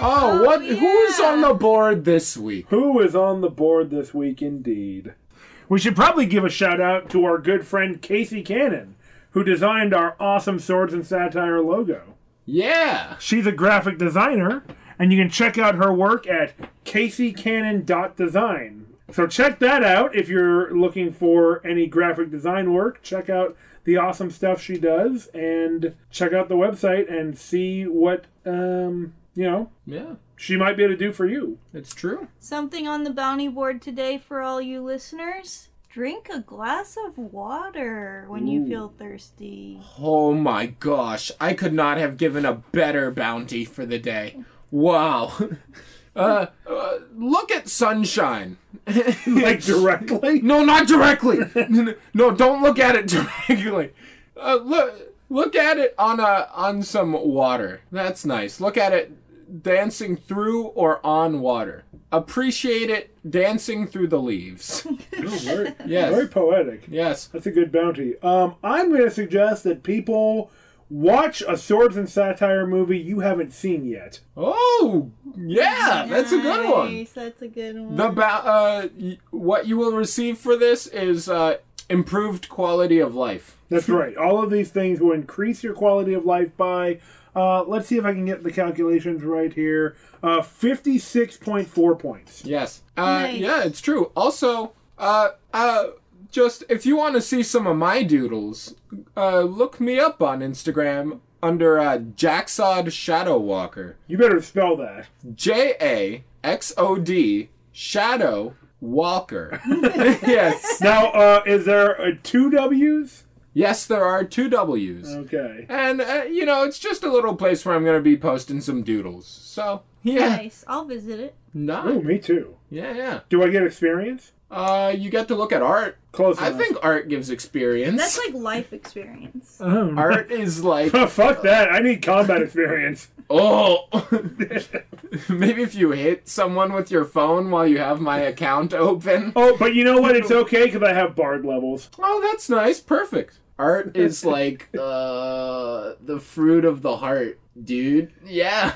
[SPEAKER 2] Oh,
[SPEAKER 3] what who's
[SPEAKER 2] yeah.
[SPEAKER 3] on the board this week?
[SPEAKER 1] Who is on the board this week, indeed? We should probably give a shout out to our good friend Casey Cannon, who designed our awesome Swords and Satire logo.
[SPEAKER 3] Yeah.
[SPEAKER 1] She's a graphic designer, and you can check out her work at caseycannon.design. So check that out if you're looking for any graphic design work. Check out the awesome stuff she does, and check out the website and see what um, you know
[SPEAKER 3] Yeah.
[SPEAKER 1] she might be able to do for you.
[SPEAKER 3] It's true.
[SPEAKER 2] Something on the bounty board today for all you listeners. Drink a glass of water when you feel thirsty.
[SPEAKER 3] Oh my gosh, I could not have given a better bounty for the day. Wow. Uh, uh, look at sunshine.
[SPEAKER 1] Like directly.
[SPEAKER 3] no, not directly. no, don't look at it directly. Uh, look, look at it on a on some water. That's nice. Look at it dancing through or on water. Appreciate it dancing through the leaves.
[SPEAKER 1] Oh, Very,
[SPEAKER 3] Yes.
[SPEAKER 1] very poetic.
[SPEAKER 3] Yes.
[SPEAKER 1] That's a good bounty. Um, I'm going to suggest that people watch a Swords and Satire movie you haven't seen yet.
[SPEAKER 3] Oh, yeah, that's a good one.
[SPEAKER 2] Nice, That's a good one.
[SPEAKER 3] The ba- uh, y- what you will receive for this is uh, improved quality of life.
[SPEAKER 1] That's right. All of these things will increase your quality of life by, uh, let's see if I can get the calculations right here, uh, 56.4 points.
[SPEAKER 3] Yes. Uh,
[SPEAKER 2] Nice.
[SPEAKER 3] Yeah, it's true. Also, uh, uh, just if you want to see some of my doodles, uh, look me up on Instagram under uh, Jacksod Shadow Walker.
[SPEAKER 1] You better spell that.
[SPEAKER 3] J A XOD Shadow Walker. yes.
[SPEAKER 1] Now, uh, is there uh, two W's?
[SPEAKER 3] Yes, there are two W's.
[SPEAKER 1] Okay.
[SPEAKER 3] And, uh, you know, it's just a little place where I'm going to be posting some doodles. So, yeah.
[SPEAKER 2] Nice. I'll visit it.
[SPEAKER 1] Oh,
[SPEAKER 3] No.
[SPEAKER 1] me too.
[SPEAKER 3] Yeah, yeah.
[SPEAKER 1] Do I get experience?
[SPEAKER 3] Uh, you get to look at art.
[SPEAKER 1] Close
[SPEAKER 3] I
[SPEAKER 1] enough.
[SPEAKER 3] think art gives experience.
[SPEAKER 2] That's like life experience.
[SPEAKER 1] Oh.
[SPEAKER 3] art is like
[SPEAKER 1] Fuck that. I need combat experience.
[SPEAKER 3] oh. Maybe if you hit someone with your phone while you have my account open.
[SPEAKER 1] Oh, but you know what? It's okay because I have bard levels.
[SPEAKER 3] Oh, that's nice. Perfect. Art is like uh the fruit of the heart, dude. Yeah.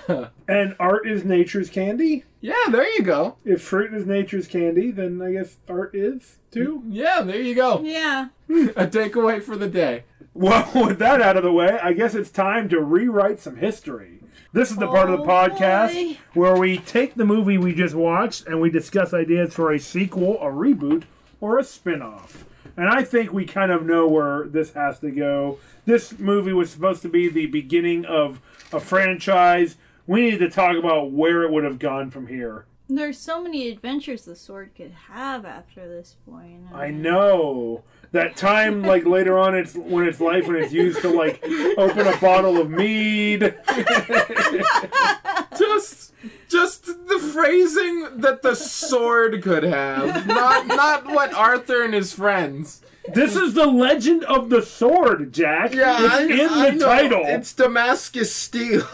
[SPEAKER 1] And art is nature's candy.
[SPEAKER 3] Yeah, there you go.
[SPEAKER 1] If fruit is nature's candy, then I guess art is too.
[SPEAKER 3] Yeah, there you go.
[SPEAKER 2] Yeah.
[SPEAKER 3] A takeaway for the day.
[SPEAKER 1] Well, with that out of the way, I guess it's time to rewrite some history. This is the part of the
[SPEAKER 2] Oh,
[SPEAKER 1] podcast
[SPEAKER 2] boy.
[SPEAKER 1] where we take the movie we just watched and we discuss ideas for a sequel, a reboot, or a spin off. And I think we kind of know where this has to go. This movie was supposed to be the beginning of a franchise. We need to talk about where it would have gone from here.
[SPEAKER 2] There's so many adventures the sword could have after this point.
[SPEAKER 1] I know that time, like later on, it's when it's life when it's used to like open a bottle of mead.
[SPEAKER 3] Just just the phrasing that the sword could have. Not not what Arthur and his friends.
[SPEAKER 1] This is the legend of the sword, Jack. it's
[SPEAKER 3] I-
[SPEAKER 1] in
[SPEAKER 3] I
[SPEAKER 1] the
[SPEAKER 3] know.
[SPEAKER 1] title.
[SPEAKER 3] It's Damascus Steel.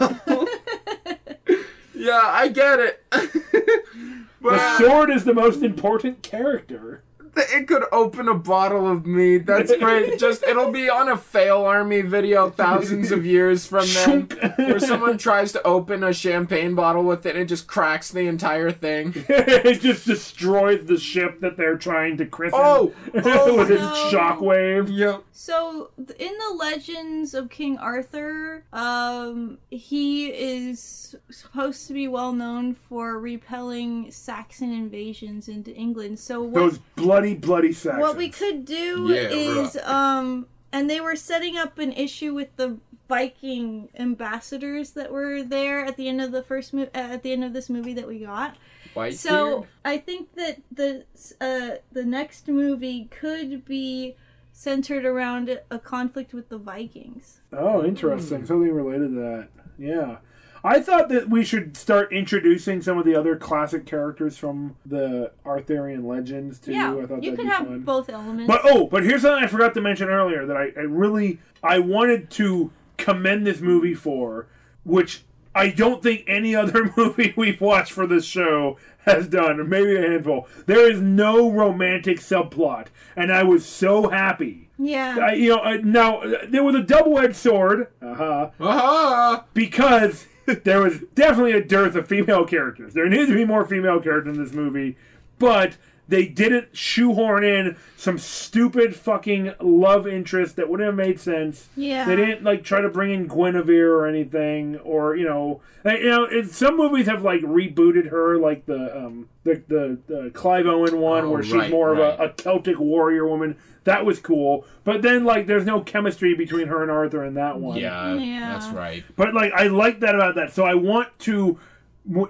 [SPEAKER 3] yeah, I get it. but uh,
[SPEAKER 1] the sword is the most important character.
[SPEAKER 3] it could open a bottle of mead. That's great. Just it'll be on a fail army video thousands of years from then, where someone tries to open a champagne bottle with it and it just cracks the entire thing.
[SPEAKER 1] it just destroys the ship that they're trying to christen
[SPEAKER 3] Oh, oh
[SPEAKER 1] with its
[SPEAKER 2] no.
[SPEAKER 1] shockwave.
[SPEAKER 3] Yep.
[SPEAKER 2] So th- in the legends of King Arthur, um, he is supposed to be well known for repelling Saxon invasions into England. So what,
[SPEAKER 1] Those bloody, bloody Saxons.
[SPEAKER 2] what we could do
[SPEAKER 3] Yeah,
[SPEAKER 2] is, um, and they were setting up an issue with the Viking ambassadors that were there at the end of the first mo- uh, at the end of this movie that we got.
[SPEAKER 3] White
[SPEAKER 2] So I think that the uh, the next movie could be centered around a conflict with the Vikings.
[SPEAKER 1] Oh, interesting. Something related to that. Yeah. I thought that we should start introducing some of the other classic characters from the Arthurian legends to
[SPEAKER 2] yeah,
[SPEAKER 1] you. I thought
[SPEAKER 2] you
[SPEAKER 1] that'd
[SPEAKER 2] could
[SPEAKER 1] be
[SPEAKER 2] have
[SPEAKER 1] fun.
[SPEAKER 2] both elements.
[SPEAKER 1] But oh, but here's something I forgot to mention earlier that I, I really I wanted to commend this movie for, which I don't think any other movie we've watched for this show has done, or maybe a handful. There is no romantic subplot, and I was so happy.
[SPEAKER 2] yeah,
[SPEAKER 1] I, you know, I, now uh, there was a double-edged sword, uh-huh,
[SPEAKER 3] Ah,
[SPEAKER 1] because there was definitely a dearth of female characters. There needed to be more female characters in this movie, but they didn't shoehorn in some stupid fucking love interest that wouldn't have made sense.
[SPEAKER 2] yeah.
[SPEAKER 1] They didn't like try to bring in Guinevere or anything, or you know, like, you know. It, some movies have like rebooted her, like the um, the the, the Clive Owen one,
[SPEAKER 3] Oh,
[SPEAKER 1] where she's
[SPEAKER 3] right,
[SPEAKER 1] more of a,
[SPEAKER 3] right.
[SPEAKER 1] a Celtic warrior woman. That was cool, but then like there's no chemistry between her and Arthur in that one.
[SPEAKER 3] yeah,
[SPEAKER 2] Yeah.
[SPEAKER 3] that's right.
[SPEAKER 1] But like, I like that about that. So I want to,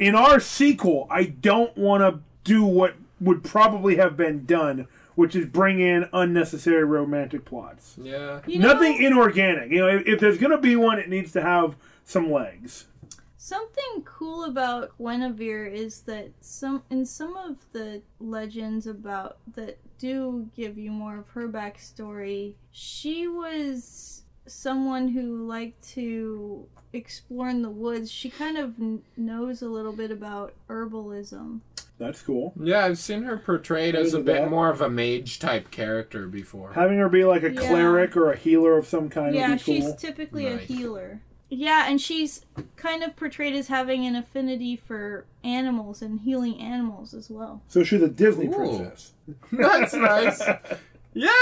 [SPEAKER 1] in our sequel, I don't want to do what would probably have been done, which is bring in unnecessary romantic plots.
[SPEAKER 3] Yeah.
[SPEAKER 2] You know,
[SPEAKER 1] Nothing inorganic. You know, if, if there's gonna be one, it needs to have some legs.
[SPEAKER 2] Something cool about Guinevere is that some in some of the legends about that do give you more of her backstory, she was someone who liked to explore in the woods. She kind of kn- knows a little bit about herbalism.
[SPEAKER 1] That's cool.
[SPEAKER 3] Yeah, I've seen her portrayed as a
[SPEAKER 1] Isn't
[SPEAKER 3] bit
[SPEAKER 1] that-
[SPEAKER 3] more of a mage type character before.
[SPEAKER 1] Having her be like a
[SPEAKER 2] Yeah.
[SPEAKER 1] cleric or a healer of some kind
[SPEAKER 2] yeah,
[SPEAKER 1] would be
[SPEAKER 2] she's
[SPEAKER 1] cool.
[SPEAKER 2] typically a
[SPEAKER 3] Nice.
[SPEAKER 2] healer. Yeah, and she's kind of portrayed as having an affinity for animals and healing animals as well.
[SPEAKER 1] So she's a Disney
[SPEAKER 3] Ooh.
[SPEAKER 1] princess.
[SPEAKER 3] That's nice. Yeah,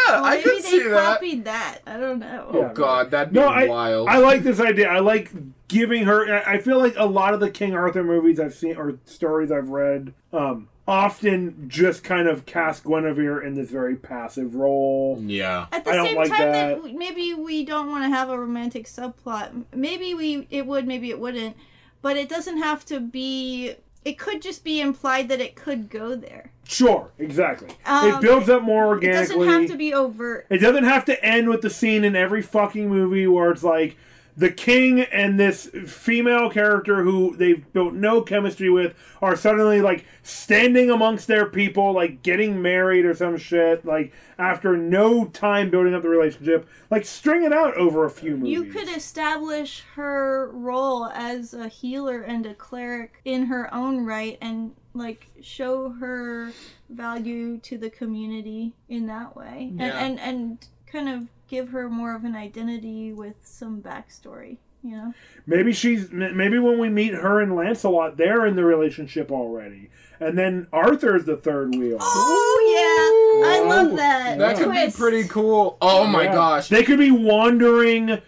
[SPEAKER 2] Well,
[SPEAKER 3] I
[SPEAKER 2] maybe
[SPEAKER 3] could
[SPEAKER 2] they
[SPEAKER 3] see that.
[SPEAKER 2] copied that. I don't know.
[SPEAKER 1] Yeah.
[SPEAKER 3] Oh God, that'd be
[SPEAKER 1] No, I,
[SPEAKER 3] wild.
[SPEAKER 1] I like this idea. I like giving her. I I feel like a lot of the King Arthur movies I've seen or stories I've read um, often just kind of cast Guinevere in this very passive role.
[SPEAKER 3] yeah.
[SPEAKER 2] At the
[SPEAKER 1] I don't
[SPEAKER 2] same
[SPEAKER 1] like
[SPEAKER 2] time,
[SPEAKER 1] that.
[SPEAKER 2] that. maybe we don't want to have a romantic subplot. Maybe we it would, maybe it wouldn't, but it doesn't have to be it could just be implied that it could go there.
[SPEAKER 1] Sure, exactly. it
[SPEAKER 2] Um,
[SPEAKER 1] builds up more
[SPEAKER 2] It
[SPEAKER 1] organically.
[SPEAKER 2] doesn't have to be overt.
[SPEAKER 1] It doesn't have to end with the scene in every fucking movie where it's like the king and this female character who they've built no chemistry with are suddenly like standing amongst their people, like getting married or some shit, like after no time building up the relationship. Like string it out over a few movies.
[SPEAKER 2] You could establish her role as a healer and a cleric in her own right and like show her value to the community in that way.
[SPEAKER 3] Yeah.
[SPEAKER 2] And, and and kind of give her more of an identity with some backstory, you know?
[SPEAKER 1] Maybe she's m- maybe when we meet her and Lancelot, they're in the relationship already, and then Arthur's the third wheel.
[SPEAKER 2] Oh yeah. I love
[SPEAKER 3] Ooh,
[SPEAKER 2] that.
[SPEAKER 3] That could be
[SPEAKER 2] twist.
[SPEAKER 3] pretty cool. Oh my
[SPEAKER 1] Yeah.
[SPEAKER 3] gosh.
[SPEAKER 1] They could be wandering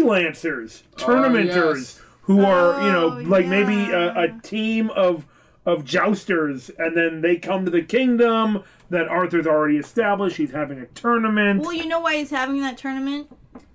[SPEAKER 1] freelancers, tournamenters,
[SPEAKER 3] Oh, yes.
[SPEAKER 1] who are you know
[SPEAKER 2] Oh,
[SPEAKER 1] like maybe
[SPEAKER 2] yeah.
[SPEAKER 1] a, a team of of jousters, and then they come to the kingdom that Arthur's already established. He's having a tournament
[SPEAKER 2] Well, you know why he's having that tournament?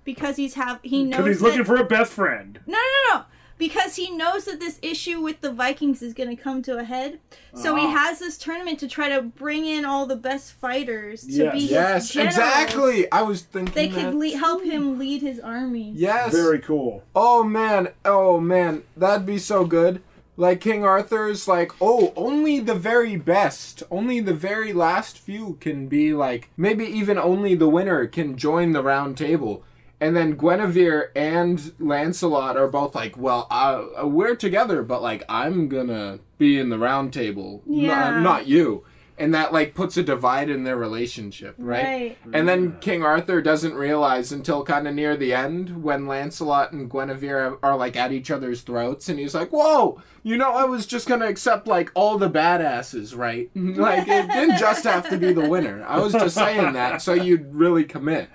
[SPEAKER 2] Because he's have he knows
[SPEAKER 1] because he's
[SPEAKER 2] that-
[SPEAKER 1] looking for a best friend.
[SPEAKER 2] No, no, no. Because he knows that this issue with the Vikings is going to come to a head. So he
[SPEAKER 1] Ah.
[SPEAKER 2] has this tournament to try to bring in all the best fighters to
[SPEAKER 1] Yes.
[SPEAKER 2] be his
[SPEAKER 3] Yes,
[SPEAKER 2] generals.
[SPEAKER 3] exactly. I was thinking
[SPEAKER 2] They could
[SPEAKER 3] that.
[SPEAKER 2] le- help him lead his army.
[SPEAKER 3] Yes.
[SPEAKER 1] Very cool.
[SPEAKER 3] Oh man, oh man, that'd be so good. Like King Arthur's like, oh, only the very best, only the very last few can be like, maybe even only the winner can join the round table. And then Guinevere and Lancelot are both like, well, uh, we're together, but like, I'm gonna be in the round table, n-
[SPEAKER 2] Yeah.
[SPEAKER 3] not you. And that like puts a divide in their relationship, right? And then King Arthur doesn't realize until kind of near the end when Lancelot and Guinevere are like at each other's throats, and he's like, "Whoa, you know, I was just gonna accept like all the badasses, right? Like it didn't just have to be the winner. I was just saying that so you'd really commit."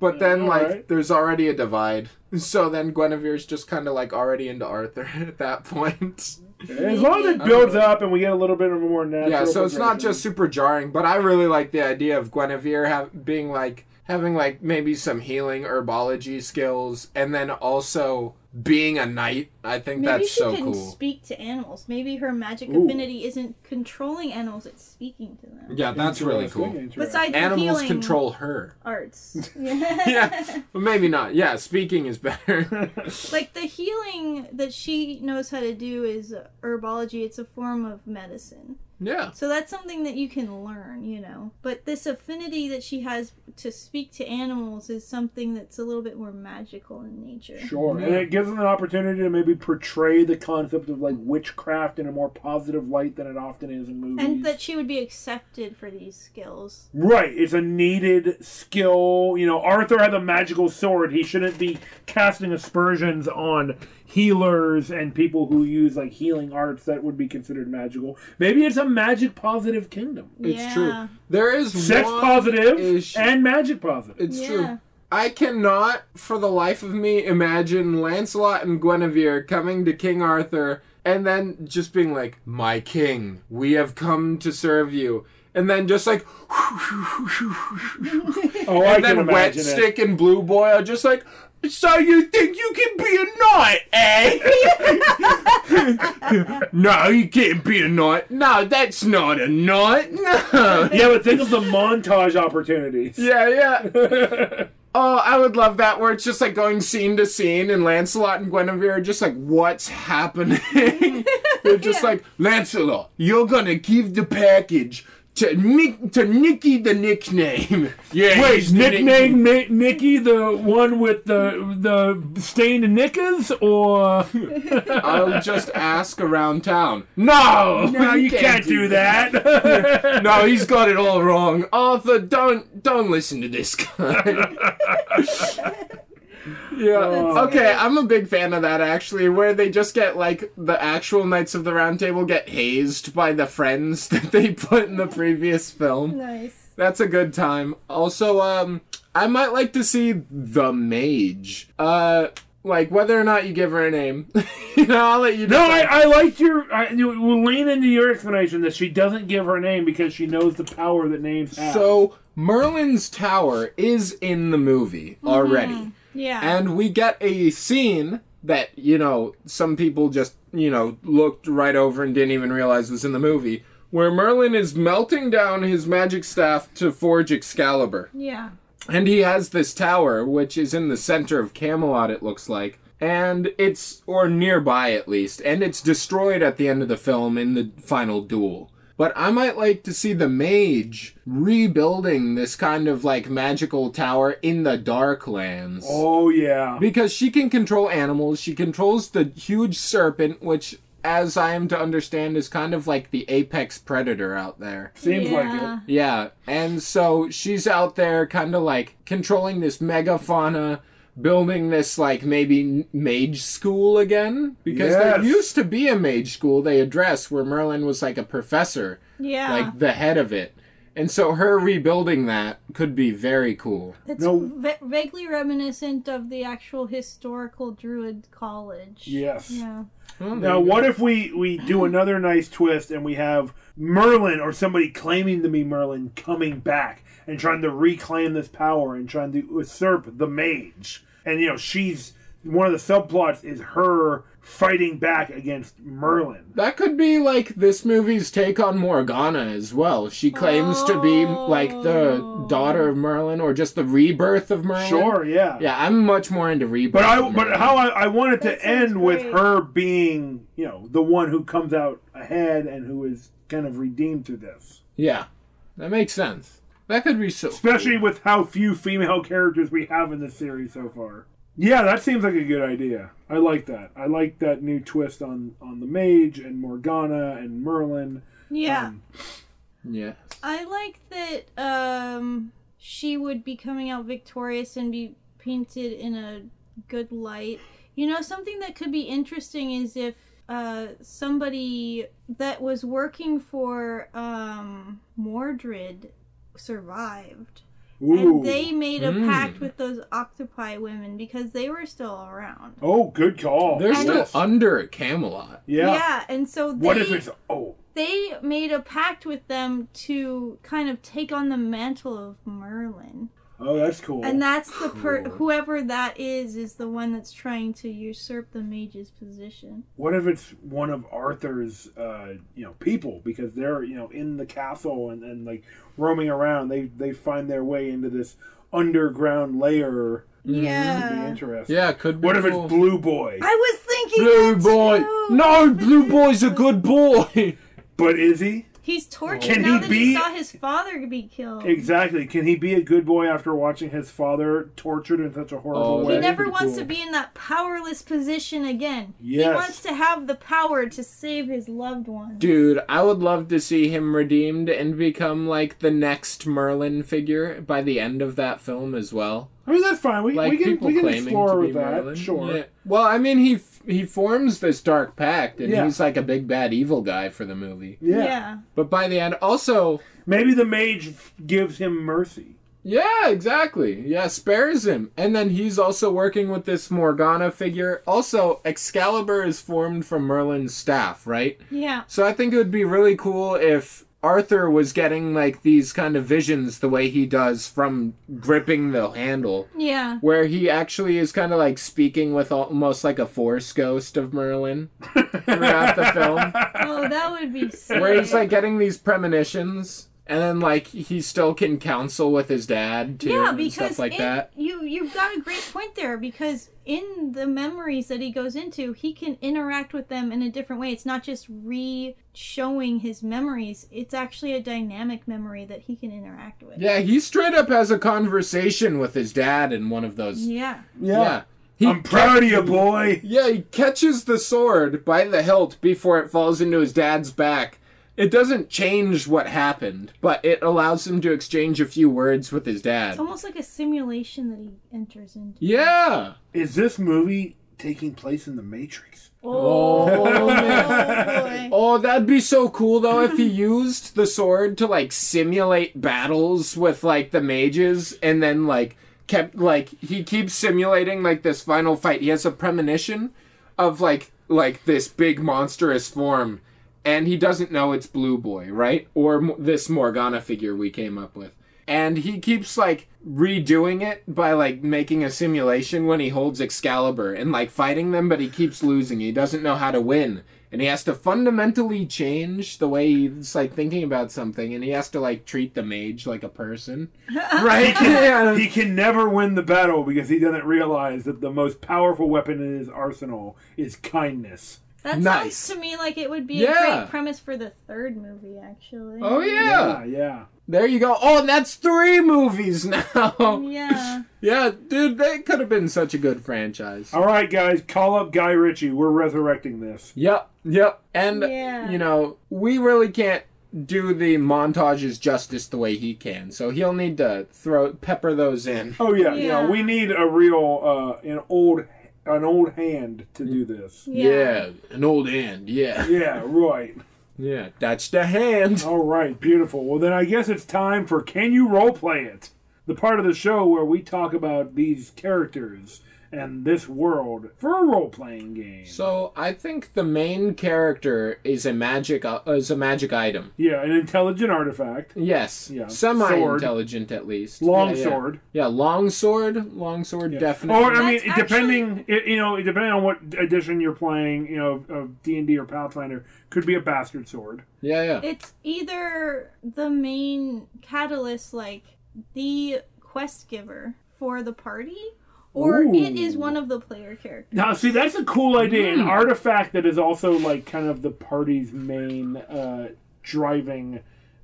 [SPEAKER 3] But then, like,
[SPEAKER 1] Alright.
[SPEAKER 3] there's already a divide. So then Guinevere's just kind of like already into Arthur at that point.
[SPEAKER 1] As long as it builds up and we get a little bit of a more natural.
[SPEAKER 3] Yeah, so it's not
[SPEAKER 1] progression.
[SPEAKER 3] just super jarring, but I really like the idea of Guinevere have, being like having like maybe some healing herbology skills, and then also being a knight. I think
[SPEAKER 2] Maybe
[SPEAKER 3] that's
[SPEAKER 2] she
[SPEAKER 3] so
[SPEAKER 2] can
[SPEAKER 3] cool.
[SPEAKER 2] speak to animals. Maybe her magic
[SPEAKER 1] Ooh.
[SPEAKER 2] affinity isn't controlling animals, it's speaking to them.
[SPEAKER 3] yeah, that's really
[SPEAKER 1] Interesting,
[SPEAKER 3] cool.
[SPEAKER 1] interesting.
[SPEAKER 2] Besides the
[SPEAKER 3] Animals
[SPEAKER 2] healing
[SPEAKER 3] control her.
[SPEAKER 2] arts.
[SPEAKER 3] Yeah, but maybe not. Yeah, speaking is better.
[SPEAKER 2] like the healing that she knows how to do is herbology, it's a form of medicine.
[SPEAKER 3] yeah,
[SPEAKER 2] So that's something that you can learn, you know. But this affinity that she has to speak to animals is something that's a little bit more magical in nature.
[SPEAKER 1] Sure,
[SPEAKER 3] Yeah.
[SPEAKER 1] and it gives them an opportunity to maybe portray the concept of like witchcraft in a more positive light than it often is in movies.
[SPEAKER 2] And that she would be accepted for these skills.
[SPEAKER 1] right, it's a needed skill. You know, Arthur had a magical sword. He shouldn't be casting aspersions on healers and people who use like healing arts that would be considered magical. Maybe it's a magic positive kingdom.
[SPEAKER 3] it's
[SPEAKER 2] yeah.
[SPEAKER 3] true. There is
[SPEAKER 1] Sex
[SPEAKER 3] one
[SPEAKER 1] positive
[SPEAKER 3] issue-
[SPEAKER 1] and magic positive.
[SPEAKER 3] It's
[SPEAKER 2] Yeah.
[SPEAKER 3] true. I cannot, for the life of me, imagine Lancelot and Guinevere coming to King Arthur and then just being like, My king, we have come to serve you. And then just like,
[SPEAKER 1] oh, I can
[SPEAKER 3] and then Wet
[SPEAKER 1] imagine it.
[SPEAKER 3] Stick and Blue Boy are just like, So you think you can be a knight, eh? no, you can't be a knight. No, that's not a knight. No.
[SPEAKER 1] Yeah, but think of the montage opportunities.
[SPEAKER 3] Yeah, yeah. Oh, I would love that where it's just like going scene to scene and Lancelot and Guinevere are just like, what's happening? They're just like, Lancelot, you're gonna give the package to Nick to Nicky the nickname. Yeah.
[SPEAKER 1] Wait,
[SPEAKER 3] he's the nick-
[SPEAKER 1] nickname Ni- Nikki the one with the the stained knickers, or
[SPEAKER 3] I'll just ask around town. No!
[SPEAKER 1] no, you can't do that.
[SPEAKER 3] No, he's got it all wrong. Arthur, don't don't listen to this guy. yeah. okay, I'm a big fan of that actually, where they just get like the actual Knights of the Round Table get hazed by the friends that they put in the previous film.
[SPEAKER 2] Nice.
[SPEAKER 3] That's a good time. Also, um, I might like to see the mage. Uh, like whether or not you give her a name, you know, I'll let you.
[SPEAKER 1] no,
[SPEAKER 3] decide.
[SPEAKER 1] I, I liked your. I, you- we'll lean into your explanation that she doesn't give her name because she knows the power that names have.
[SPEAKER 3] So Merlin's tower is in the movie already.
[SPEAKER 2] Yeah.
[SPEAKER 3] And we get a scene that you know some people just you know looked right over and didn't even realize was in the movie where merlin is melting down his magic staff to forge excalibur
[SPEAKER 2] Yeah.
[SPEAKER 3] and he has this tower which is in the center of camelot it looks like and it's or nearby at least and it's destroyed at the end of the film in the final duel but i might like to see the mage rebuilding this kind of like magical tower in the dark lands
[SPEAKER 1] Oh yeah.
[SPEAKER 3] because she can control animals. She controls the huge serpent, which, as I am to understand, is kind of like the apex predator out there.
[SPEAKER 1] Seems like
[SPEAKER 2] Yeah.
[SPEAKER 1] it.
[SPEAKER 3] Yeah, and so she's out there kind of like controlling this megafauna, building this like maybe n- mage school again. Because there
[SPEAKER 1] Yes.
[SPEAKER 3] used to be a mage school they address where Merlin was like a professor,
[SPEAKER 2] Yeah.
[SPEAKER 3] like the head of it. And so her rebuilding that could be very cool.
[SPEAKER 2] it's
[SPEAKER 1] no-
[SPEAKER 2] va- vaguely reminiscent of the actual historical druid college.
[SPEAKER 1] Yes.
[SPEAKER 2] Yeah.
[SPEAKER 3] Well, there
[SPEAKER 1] Now,
[SPEAKER 3] you go.
[SPEAKER 1] what if we we do another nice twist and we have Merlin or somebody claiming to be Merlin coming back and trying to reclaim this power and trying to usurp the mage? And you know, she's one of the subplots is her fighting back against Merlin.
[SPEAKER 3] That could be like this movie's take on Morgana as well. She claims to be like the
[SPEAKER 2] Oh.
[SPEAKER 3] daughter of Merlin or just the rebirth of Merlin.
[SPEAKER 1] Sure, yeah.
[SPEAKER 3] Yeah, I'm much more into rebirth.
[SPEAKER 1] But I
[SPEAKER 3] of
[SPEAKER 1] but
[SPEAKER 3] Merlin.
[SPEAKER 1] how I, I want it
[SPEAKER 2] That
[SPEAKER 1] to
[SPEAKER 2] sounds
[SPEAKER 1] end with
[SPEAKER 2] great.
[SPEAKER 1] her being, you know, the one who comes out ahead and who is kind of redeemed through this.
[SPEAKER 3] Yeah, that makes sense. That could be so.
[SPEAKER 1] especially with how few female characters we have in this series so far. Yeah, that seems like a good idea. I like that. I like that new twist on on the mage and Morgana and Merlin. Um,
[SPEAKER 2] Yeah.
[SPEAKER 3] Yeah.
[SPEAKER 2] I like that um she would be coming out victorious and be painted in a good light. You know, something that could be interesting is if uh somebody that was working for um Mordred survived.
[SPEAKER 1] Ooh.
[SPEAKER 2] And they made a
[SPEAKER 3] Mm.
[SPEAKER 2] pact with those octopi women because they were still around.
[SPEAKER 1] oh, good call.
[SPEAKER 3] They're
[SPEAKER 1] Yes.
[SPEAKER 3] still under Camelot.
[SPEAKER 1] yeah.
[SPEAKER 2] and so they
[SPEAKER 1] What if it's oh
[SPEAKER 2] they made a pact with them to kind of take on the mantle of Merlin.
[SPEAKER 1] oh that's cool.
[SPEAKER 2] And that's the per
[SPEAKER 3] Cool.
[SPEAKER 2] whoever that is is the one that's trying to usurp the mage's position.
[SPEAKER 1] what if it's one of Arthur's uh you know people because they're you know in the castle and, and like roaming around they they find their way into this underground layer. That'd be
[SPEAKER 2] Yeah.
[SPEAKER 1] interesting.
[SPEAKER 3] Yeah, could be.
[SPEAKER 1] What if it's
[SPEAKER 3] cool.
[SPEAKER 1] Blue Boy?
[SPEAKER 2] I was thinking
[SPEAKER 3] Blue
[SPEAKER 2] that
[SPEAKER 3] Boy?
[SPEAKER 2] too.
[SPEAKER 3] No, Blue Boy's a good boy.
[SPEAKER 1] But is he?
[SPEAKER 2] He's tortured
[SPEAKER 1] Can
[SPEAKER 2] now
[SPEAKER 1] he
[SPEAKER 2] that
[SPEAKER 1] be-
[SPEAKER 2] he saw his father be killed.
[SPEAKER 1] Exactly. Can he be a good boy after watching his father tortured in such a horrible
[SPEAKER 3] Oh,
[SPEAKER 1] way?
[SPEAKER 2] He
[SPEAKER 3] That'd
[SPEAKER 2] never
[SPEAKER 3] be
[SPEAKER 2] wants
[SPEAKER 3] cool.
[SPEAKER 2] to be in that powerless position again. He
[SPEAKER 1] Yes.
[SPEAKER 2] wants to have the power to save his loved ones.
[SPEAKER 3] Dude, I would love to see him redeemed and become like the next Merlin figure by the end of that film as well.
[SPEAKER 1] I mean, that's fine. We,
[SPEAKER 3] Like
[SPEAKER 1] we can
[SPEAKER 3] people
[SPEAKER 1] we can
[SPEAKER 3] claiming
[SPEAKER 1] explore
[SPEAKER 3] to be
[SPEAKER 1] with that.
[SPEAKER 3] Merlin.
[SPEAKER 1] Sure.
[SPEAKER 3] Yeah. Well, I mean, he f- he forms this dark pact, and
[SPEAKER 1] Yeah.
[SPEAKER 3] he's like a big bad evil guy for the movie.
[SPEAKER 1] Yeah.
[SPEAKER 2] yeah.
[SPEAKER 3] But by the end, also,
[SPEAKER 1] Maybe the mage f- gives him mercy.
[SPEAKER 3] yeah, exactly, yeah, spares him, and then he's also working with this Morgana figure. Also, Excalibur is formed from Merlin's staff, right?
[SPEAKER 2] Yeah.
[SPEAKER 3] So I think it would be really cool if Arthur was getting like these kind of visions the way he does from gripping the handle,
[SPEAKER 2] Yeah.
[SPEAKER 3] where he actually is kind of like speaking with almost like a force ghost of Merlin throughout the film,
[SPEAKER 2] Oh, that would be sick.
[SPEAKER 3] where he's like getting these premonitions. And then, like, he still can counsel with his dad, too,
[SPEAKER 2] yeah,
[SPEAKER 3] and
[SPEAKER 2] because
[SPEAKER 3] stuff like
[SPEAKER 2] in-
[SPEAKER 3] that.
[SPEAKER 2] you you've got a great point there because in the memories that he goes into, he can interact with them in a different way. It's not just re-showing his memories; it's actually a dynamic memory that he can interact with.
[SPEAKER 3] Yeah, he straight up has a conversation with his dad in one of those.
[SPEAKER 2] Yeah.
[SPEAKER 3] yeah. He
[SPEAKER 1] I'm proud of you, boy.
[SPEAKER 3] Yeah, he catches the sword by the hilt before it falls into his dad's back. It doesn't change what happened, but it allows him to exchange a few words with his dad.
[SPEAKER 2] It's almost like a simulation that he enters into.
[SPEAKER 3] Yeah.
[SPEAKER 1] Is this movie taking place in the Matrix?
[SPEAKER 3] Oh,
[SPEAKER 2] boy.
[SPEAKER 3] Oh, that'd be so cool though if he used the sword to like simulate battles with like the mages and then like kept like he keeps simulating like this final fight. He has a premonition of like like this big monstrous form and he doesn't know it's Blue Boy, right? Or m- this Morgana figure we came up with. and he keeps like redoing it by like making a simulation when he holds Excalibur and like fighting them, but he keeps losing. He doesn't know how to win, and he has to fundamentally change the way he's like thinking about something, and he has to like treat the mage like a person, right? yeah.
[SPEAKER 1] He can never win the battle because he doesn't realize that the most powerful weapon in his arsenal is kindness.
[SPEAKER 2] That
[SPEAKER 3] Nice.
[SPEAKER 2] sounds to me like it would be a
[SPEAKER 3] Yeah.
[SPEAKER 2] great premise for the third movie, actually.
[SPEAKER 3] Oh yeah.
[SPEAKER 1] Yeah, yeah.
[SPEAKER 3] There you go. Oh, and that's three movies now.
[SPEAKER 2] Yeah.
[SPEAKER 3] yeah, dude, they could have been such a good franchise.
[SPEAKER 1] All right, guys, call up Guy Ritchie. We're resurrecting this.
[SPEAKER 3] Yep, yep. And,
[SPEAKER 2] Yeah.
[SPEAKER 3] you know, we really can't do the montages justice the way he can. So he'll need to throw pepper those in.
[SPEAKER 1] Oh yeah, yeah.
[SPEAKER 2] Yeah.
[SPEAKER 1] we need a real, uh, an old, an old hand to do this.
[SPEAKER 2] Yeah.
[SPEAKER 3] an old hand. Yeah.
[SPEAKER 1] Yeah, right.
[SPEAKER 3] Yeah, that's the hand.
[SPEAKER 1] All right, beautiful. Well, then I guess it's time for Can You Roleplay It? The part of the show where we talk about these characters and this world for a role playing game.
[SPEAKER 3] So I think the main character is a magic uh, is a magic item.
[SPEAKER 1] yeah, an intelligent artifact.
[SPEAKER 3] Yes,
[SPEAKER 1] Yeah,
[SPEAKER 3] semi-intelligent at least.
[SPEAKER 1] Long
[SPEAKER 3] Yeah, yeah.
[SPEAKER 1] sword. Oh,
[SPEAKER 3] Yeah, long sword. Long sword, definitely.
[SPEAKER 1] Or I mean,
[SPEAKER 2] That's
[SPEAKER 1] it depending, it, you know, it depending on what edition you're playing, you know, of D and D or Pathfinder, could be a bastard sword.
[SPEAKER 3] yeah, yeah.
[SPEAKER 2] It's either the main catalyst, like the quest giver for the party, or it is
[SPEAKER 1] Ooh.
[SPEAKER 2] one of the player characters.
[SPEAKER 1] Now, see, that's a cool idea.
[SPEAKER 3] Hmm.
[SPEAKER 1] An artifact that is also like kind of the party's main uh, driving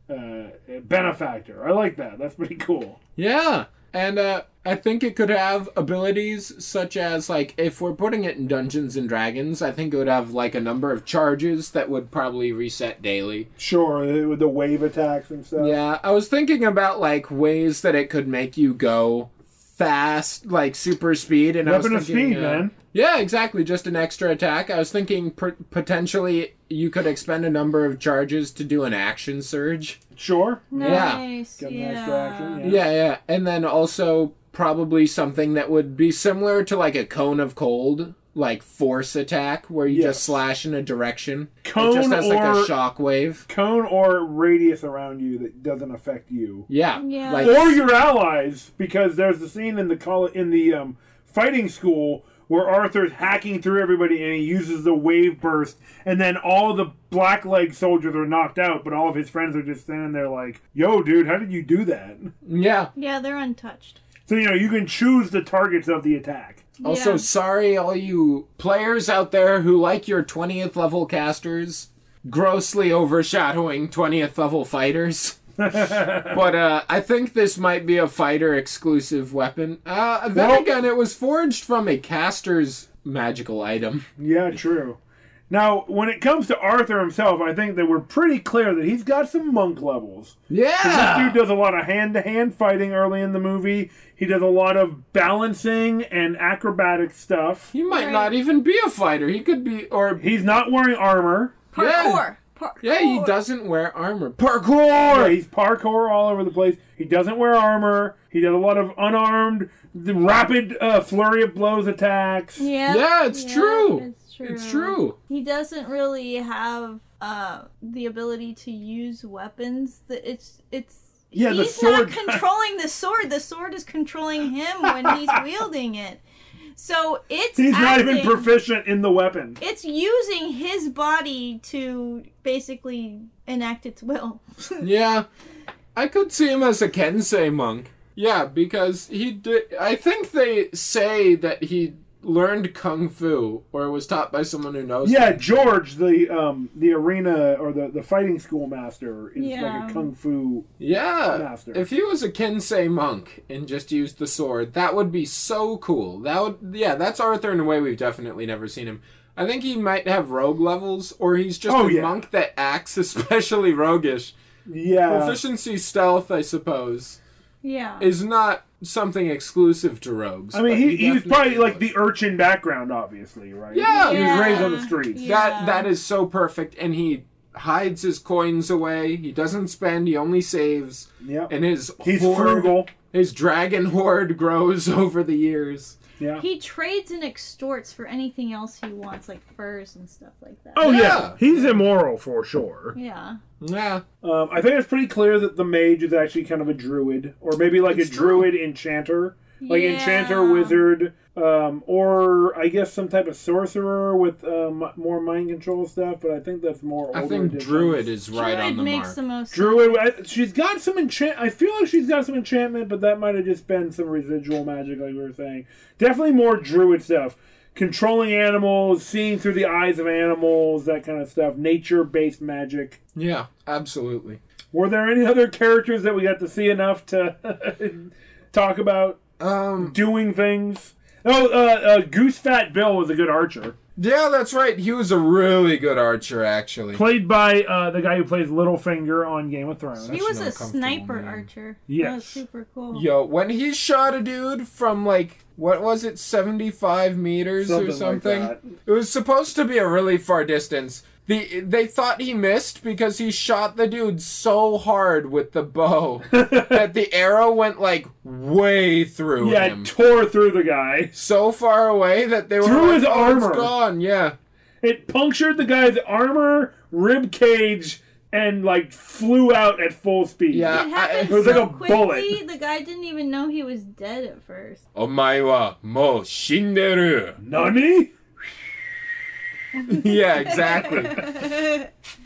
[SPEAKER 1] uh, benefactor. I like that. That's pretty cool.
[SPEAKER 3] Yeah. And uh, I think it could have abilities such as, like, if we're putting it in Dungeons and Dragons, I think it would have, like, a number of charges that would probably reset daily.
[SPEAKER 1] Sure, with the wave attacks and stuff.
[SPEAKER 3] Yeah. I was thinking about, like, ways that it could make you go fast, like, super speed. And I
[SPEAKER 1] Weapon of
[SPEAKER 3] was thinking,
[SPEAKER 1] speed,
[SPEAKER 3] uh,
[SPEAKER 1] man.
[SPEAKER 3] Yeah, exactly. Just an extra attack. I was thinking pr- potentially you could expend a number of charges to do an action surge.
[SPEAKER 1] Sure.
[SPEAKER 3] Yeah.
[SPEAKER 2] Nice.
[SPEAKER 1] Got an
[SPEAKER 2] yeah.
[SPEAKER 1] extra action, yeah.
[SPEAKER 3] Yeah, yeah. And then also probably something that would be similar to like a cone of cold, like force attack, where you
[SPEAKER 1] Yes.
[SPEAKER 3] just slash in a direction.
[SPEAKER 1] Cone
[SPEAKER 3] it just has like
[SPEAKER 1] or-
[SPEAKER 3] a shock wave.
[SPEAKER 1] Cone or radius around you that doesn't affect you
[SPEAKER 3] Yeah.
[SPEAKER 2] Yeah.
[SPEAKER 3] Like
[SPEAKER 1] or your allies, because there's the scene in the col- in the um, fighting school where Arthur's hacking through everybody and he uses the wave burst, and then all the blackleg soldiers are knocked out, but all of his friends are just standing there like, "Yo, dude, how did you do that?"
[SPEAKER 3] yeah.
[SPEAKER 2] Yeah, they're untouched.
[SPEAKER 1] So you know you can choose the targets of the attack.
[SPEAKER 3] Also
[SPEAKER 2] Yeah.
[SPEAKER 3] sorry all you players out there who like your 20th level casters grossly overshadowing 20th level fighters. but uh, I think this might be a fighter exclusive weapon. Uh, then
[SPEAKER 1] Well-
[SPEAKER 3] again, it was forged from a caster's magical item.
[SPEAKER 1] Yeah, true. Now, when it comes to Arthur himself, I think that we're pretty clear that he's got some monk levels. This
[SPEAKER 2] Ah!
[SPEAKER 1] dude
[SPEAKER 3] Yeah.
[SPEAKER 1] does a lot of hand to hand fighting early in the movie. He does a lot of balancing and acrobatic stuff.
[SPEAKER 3] He might
[SPEAKER 2] Right.
[SPEAKER 3] not even be a fighter. He could be, or
[SPEAKER 1] He's not wearing armor.
[SPEAKER 2] Parkour. Parkour.
[SPEAKER 3] yeah, he doesn't wear armor.
[SPEAKER 1] Parkour! He's parkour all over the place. He doesn't wear armor. He does a lot of unarmed, the rapid uh, flurry of blows attacks.
[SPEAKER 2] Yeah.
[SPEAKER 3] Yeah, it's true.
[SPEAKER 2] It's true.
[SPEAKER 3] It's true.
[SPEAKER 2] He doesn't really have uh, the ability to use weapons. The- It's it's.
[SPEAKER 1] Yeah, the
[SPEAKER 2] he's
[SPEAKER 1] sword-
[SPEAKER 2] not controlling the sword. The sword is controlling him when he's wielding it. So it's
[SPEAKER 1] He's not even
[SPEAKER 2] acting-
[SPEAKER 1] proficient in the weapon.
[SPEAKER 2] It's using his body to basically enact its will.
[SPEAKER 3] Yeah, I could see him as a Kensei monk. Yeah, because he did. I think they say that he learned kung fu or was taught by someone who knows.
[SPEAKER 1] Yeah, George, the um, the arena or the, the fighting school master, is
[SPEAKER 2] Yeah.
[SPEAKER 1] like a kung fu.
[SPEAKER 3] Yeah.
[SPEAKER 1] Master.
[SPEAKER 3] If he was a Kensei monk and just used the sword, that would be so cool. That would. Yeah, that's Arthur in a way we've definitely never seen him. I think he might have rogue levels, or he's just
[SPEAKER 1] Oh,
[SPEAKER 3] a
[SPEAKER 1] yeah.
[SPEAKER 3] monk that acts especially roguish.
[SPEAKER 1] Yeah,
[SPEAKER 3] Proficiency stealth, I suppose.
[SPEAKER 2] Yeah.
[SPEAKER 3] is not something exclusive to rogues.
[SPEAKER 1] I mean
[SPEAKER 3] but
[SPEAKER 1] he, he was
[SPEAKER 3] definitely
[SPEAKER 1] probably like
[SPEAKER 3] would.
[SPEAKER 1] the urchin background, obviously, right?
[SPEAKER 3] Yeah.
[SPEAKER 1] he was raised on the
[SPEAKER 2] Yeah.
[SPEAKER 1] streets.
[SPEAKER 2] Yeah.
[SPEAKER 3] that that is so perfect, and he hides his coins away. He doesn't spend. He only saves,
[SPEAKER 1] Yep.
[SPEAKER 3] and his
[SPEAKER 1] He's
[SPEAKER 3] hoard,
[SPEAKER 1] frugal.
[SPEAKER 3] His dragon hoard grows over the years.
[SPEAKER 1] Yeah.
[SPEAKER 2] He trades and extorts for anything else he wants, like furs and stuff like that.
[SPEAKER 1] Oh yeah.
[SPEAKER 3] Yeah.
[SPEAKER 1] he's immoral for sure.
[SPEAKER 2] Yeah.
[SPEAKER 3] Yeah.
[SPEAKER 1] Um, I think it's pretty clear that the mage is actually kind of a druid, or maybe like
[SPEAKER 3] It's
[SPEAKER 1] a
[SPEAKER 3] true.
[SPEAKER 1] druid enchanter, like
[SPEAKER 2] Yeah.
[SPEAKER 1] enchanter wizard, um, or I guess some type of sorcerer with um, more mind control stuff. But I think that's more.
[SPEAKER 3] I
[SPEAKER 1] older
[SPEAKER 3] think
[SPEAKER 1] editions.
[SPEAKER 3] Druid is right
[SPEAKER 2] Druid
[SPEAKER 3] on the
[SPEAKER 2] makes
[SPEAKER 3] mark.
[SPEAKER 2] the most.
[SPEAKER 1] Druid, I, she's got some enchant. I feel like she's got some enchantment, but that might have just been some residual magic, like we were saying. Definitely more druid stuff, controlling animals, seeing through the eyes of animals, that kind of stuff. Nature-based magic.
[SPEAKER 3] yeah, absolutely.
[SPEAKER 1] Were there any other characters that we got to see enough to talk about
[SPEAKER 3] Um,
[SPEAKER 1] doing things? Oh, uh, uh, Goose Fat Bill was a good archer,
[SPEAKER 3] yeah, that's right. He was a really good archer, actually.
[SPEAKER 1] played by uh, the guy who plays Littlefinger on Game of Thrones.
[SPEAKER 2] He
[SPEAKER 3] That's
[SPEAKER 2] was
[SPEAKER 3] an
[SPEAKER 2] a
[SPEAKER 3] uncomfortable
[SPEAKER 2] sniper
[SPEAKER 3] name.
[SPEAKER 2] archer. That
[SPEAKER 1] Yes.
[SPEAKER 2] was super cool.
[SPEAKER 3] Yo, when he shot a dude from like what was it, seventy-five meters or something?
[SPEAKER 1] Like that.
[SPEAKER 3] It was supposed to be a really far distance. The, they thought he missed because he shot the dude so hard with the bow that the arrow went like way through
[SPEAKER 1] Yeah,
[SPEAKER 3] him.
[SPEAKER 1] tore through the guy.
[SPEAKER 3] so far away that they were
[SPEAKER 1] Through
[SPEAKER 3] like,
[SPEAKER 1] his
[SPEAKER 3] "Oh,
[SPEAKER 1] armor."
[SPEAKER 3] It's gone. Yeah,
[SPEAKER 1] It punctured the guy's armor, rib cage, and like flew out at full speed.
[SPEAKER 3] Yeah.
[SPEAKER 1] It
[SPEAKER 2] It
[SPEAKER 1] was
[SPEAKER 2] happened
[SPEAKER 1] like
[SPEAKER 2] so
[SPEAKER 1] a
[SPEAKER 2] quickly.
[SPEAKER 1] bullet.
[SPEAKER 2] The guy didn't even know he was dead at first.
[SPEAKER 3] omae wa mo shinderu.
[SPEAKER 1] Nani?
[SPEAKER 3] yeah, exactly.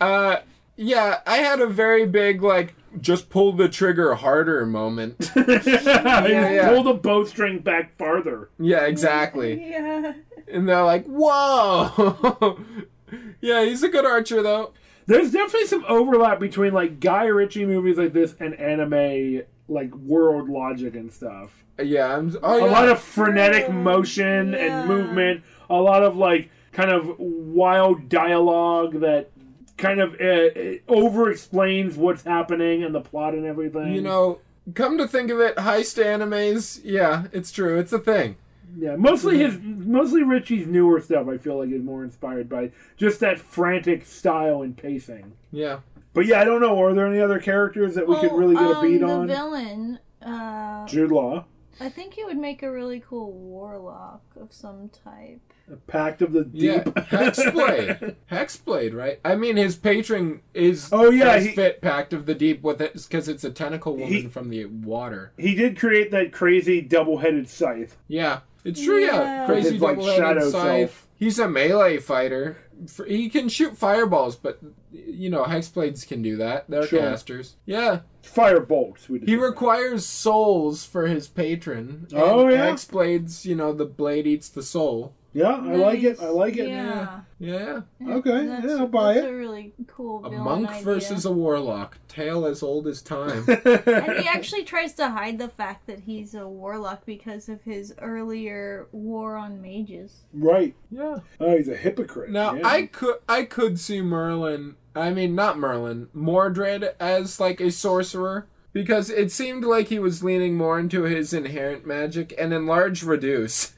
[SPEAKER 3] Uh, yeah, I had a very big like just pull the trigger harder moment.
[SPEAKER 1] yeah,
[SPEAKER 3] yeah.
[SPEAKER 1] Pull the bowstring back farther.
[SPEAKER 3] yeah, exactly.
[SPEAKER 2] yeah.
[SPEAKER 3] And they're like, "Whoa." yeah, he's a good archer though.
[SPEAKER 1] There's definitely some overlap between like Guy Ritchie movies like this and anime like world logic and stuff.
[SPEAKER 3] Yeah, I'm. Oh, yeah.
[SPEAKER 1] A lot of frenetic
[SPEAKER 2] Yeah.
[SPEAKER 1] motion
[SPEAKER 2] Yeah.
[SPEAKER 1] and movement, a lot of like kind of wild dialogue that kind of uh, over explains what's happening and the plot and everything.
[SPEAKER 3] you know. Come to think of it, heist animes. Yeah, it's true. It's a thing.
[SPEAKER 1] yeah, mostly his mostly Ritchie's newer stuff I feel like is more inspired by just that frantic style and pacing.
[SPEAKER 3] Yeah.
[SPEAKER 1] But yeah, I don't know. Are there any other characters that we could
[SPEAKER 2] Well,
[SPEAKER 1] really get a
[SPEAKER 2] um,
[SPEAKER 1] beat
[SPEAKER 2] the
[SPEAKER 1] on?
[SPEAKER 2] villain. Uh,
[SPEAKER 1] Jude Law.
[SPEAKER 2] I think he would make a really cool warlock of some type.
[SPEAKER 1] Pact of the
[SPEAKER 3] Yeah,
[SPEAKER 1] Deep.
[SPEAKER 3] Hexblade. Hexblade, right? I mean, his patron is
[SPEAKER 1] Oh, yeah,
[SPEAKER 3] does
[SPEAKER 1] he-
[SPEAKER 3] fit Pact of the Deep with it because it's a tentacle woman
[SPEAKER 1] He-
[SPEAKER 3] from the water.
[SPEAKER 1] he did create that crazy double-headed scythe.
[SPEAKER 3] Yeah, it's true. Yeah,
[SPEAKER 2] Yeah.
[SPEAKER 3] crazy
[SPEAKER 1] His, like,
[SPEAKER 3] double-headed
[SPEAKER 1] shadow
[SPEAKER 3] scythe.
[SPEAKER 1] self.
[SPEAKER 3] He's a melee fighter. F- He can shoot fireballs, but you know, hexblades can do that. They're
[SPEAKER 1] Sure.
[SPEAKER 3] casters. Yeah,
[SPEAKER 1] Fire bolts. We
[SPEAKER 3] he
[SPEAKER 1] decided.
[SPEAKER 3] requires souls for his patron. and
[SPEAKER 1] Oh, yeah.
[SPEAKER 3] hexblades. You know, the blade eats the soul.
[SPEAKER 1] Yeah, I like it.
[SPEAKER 2] Nice.
[SPEAKER 1] I like it.
[SPEAKER 2] Yeah.
[SPEAKER 3] Yeah,
[SPEAKER 1] Okay,
[SPEAKER 2] That's,
[SPEAKER 1] yeah, I'll buy
[SPEAKER 2] that's
[SPEAKER 1] it.
[SPEAKER 2] a really cool
[SPEAKER 3] a
[SPEAKER 2] villain
[SPEAKER 3] monk
[SPEAKER 2] idea.
[SPEAKER 3] versus a warlock. Tale as old as time.
[SPEAKER 2] and he actually tries to hide the fact that he's a warlock because of his earlier war on mages.
[SPEAKER 1] right.
[SPEAKER 3] yeah.
[SPEAKER 1] Oh, he's a hypocrite.
[SPEAKER 3] Now
[SPEAKER 1] yeah.
[SPEAKER 3] I could I could see Merlin. I mean, not Merlin, Mordred as like a sorcerer because it seemed like he was leaning more into his inherent magic and enlarge reduce.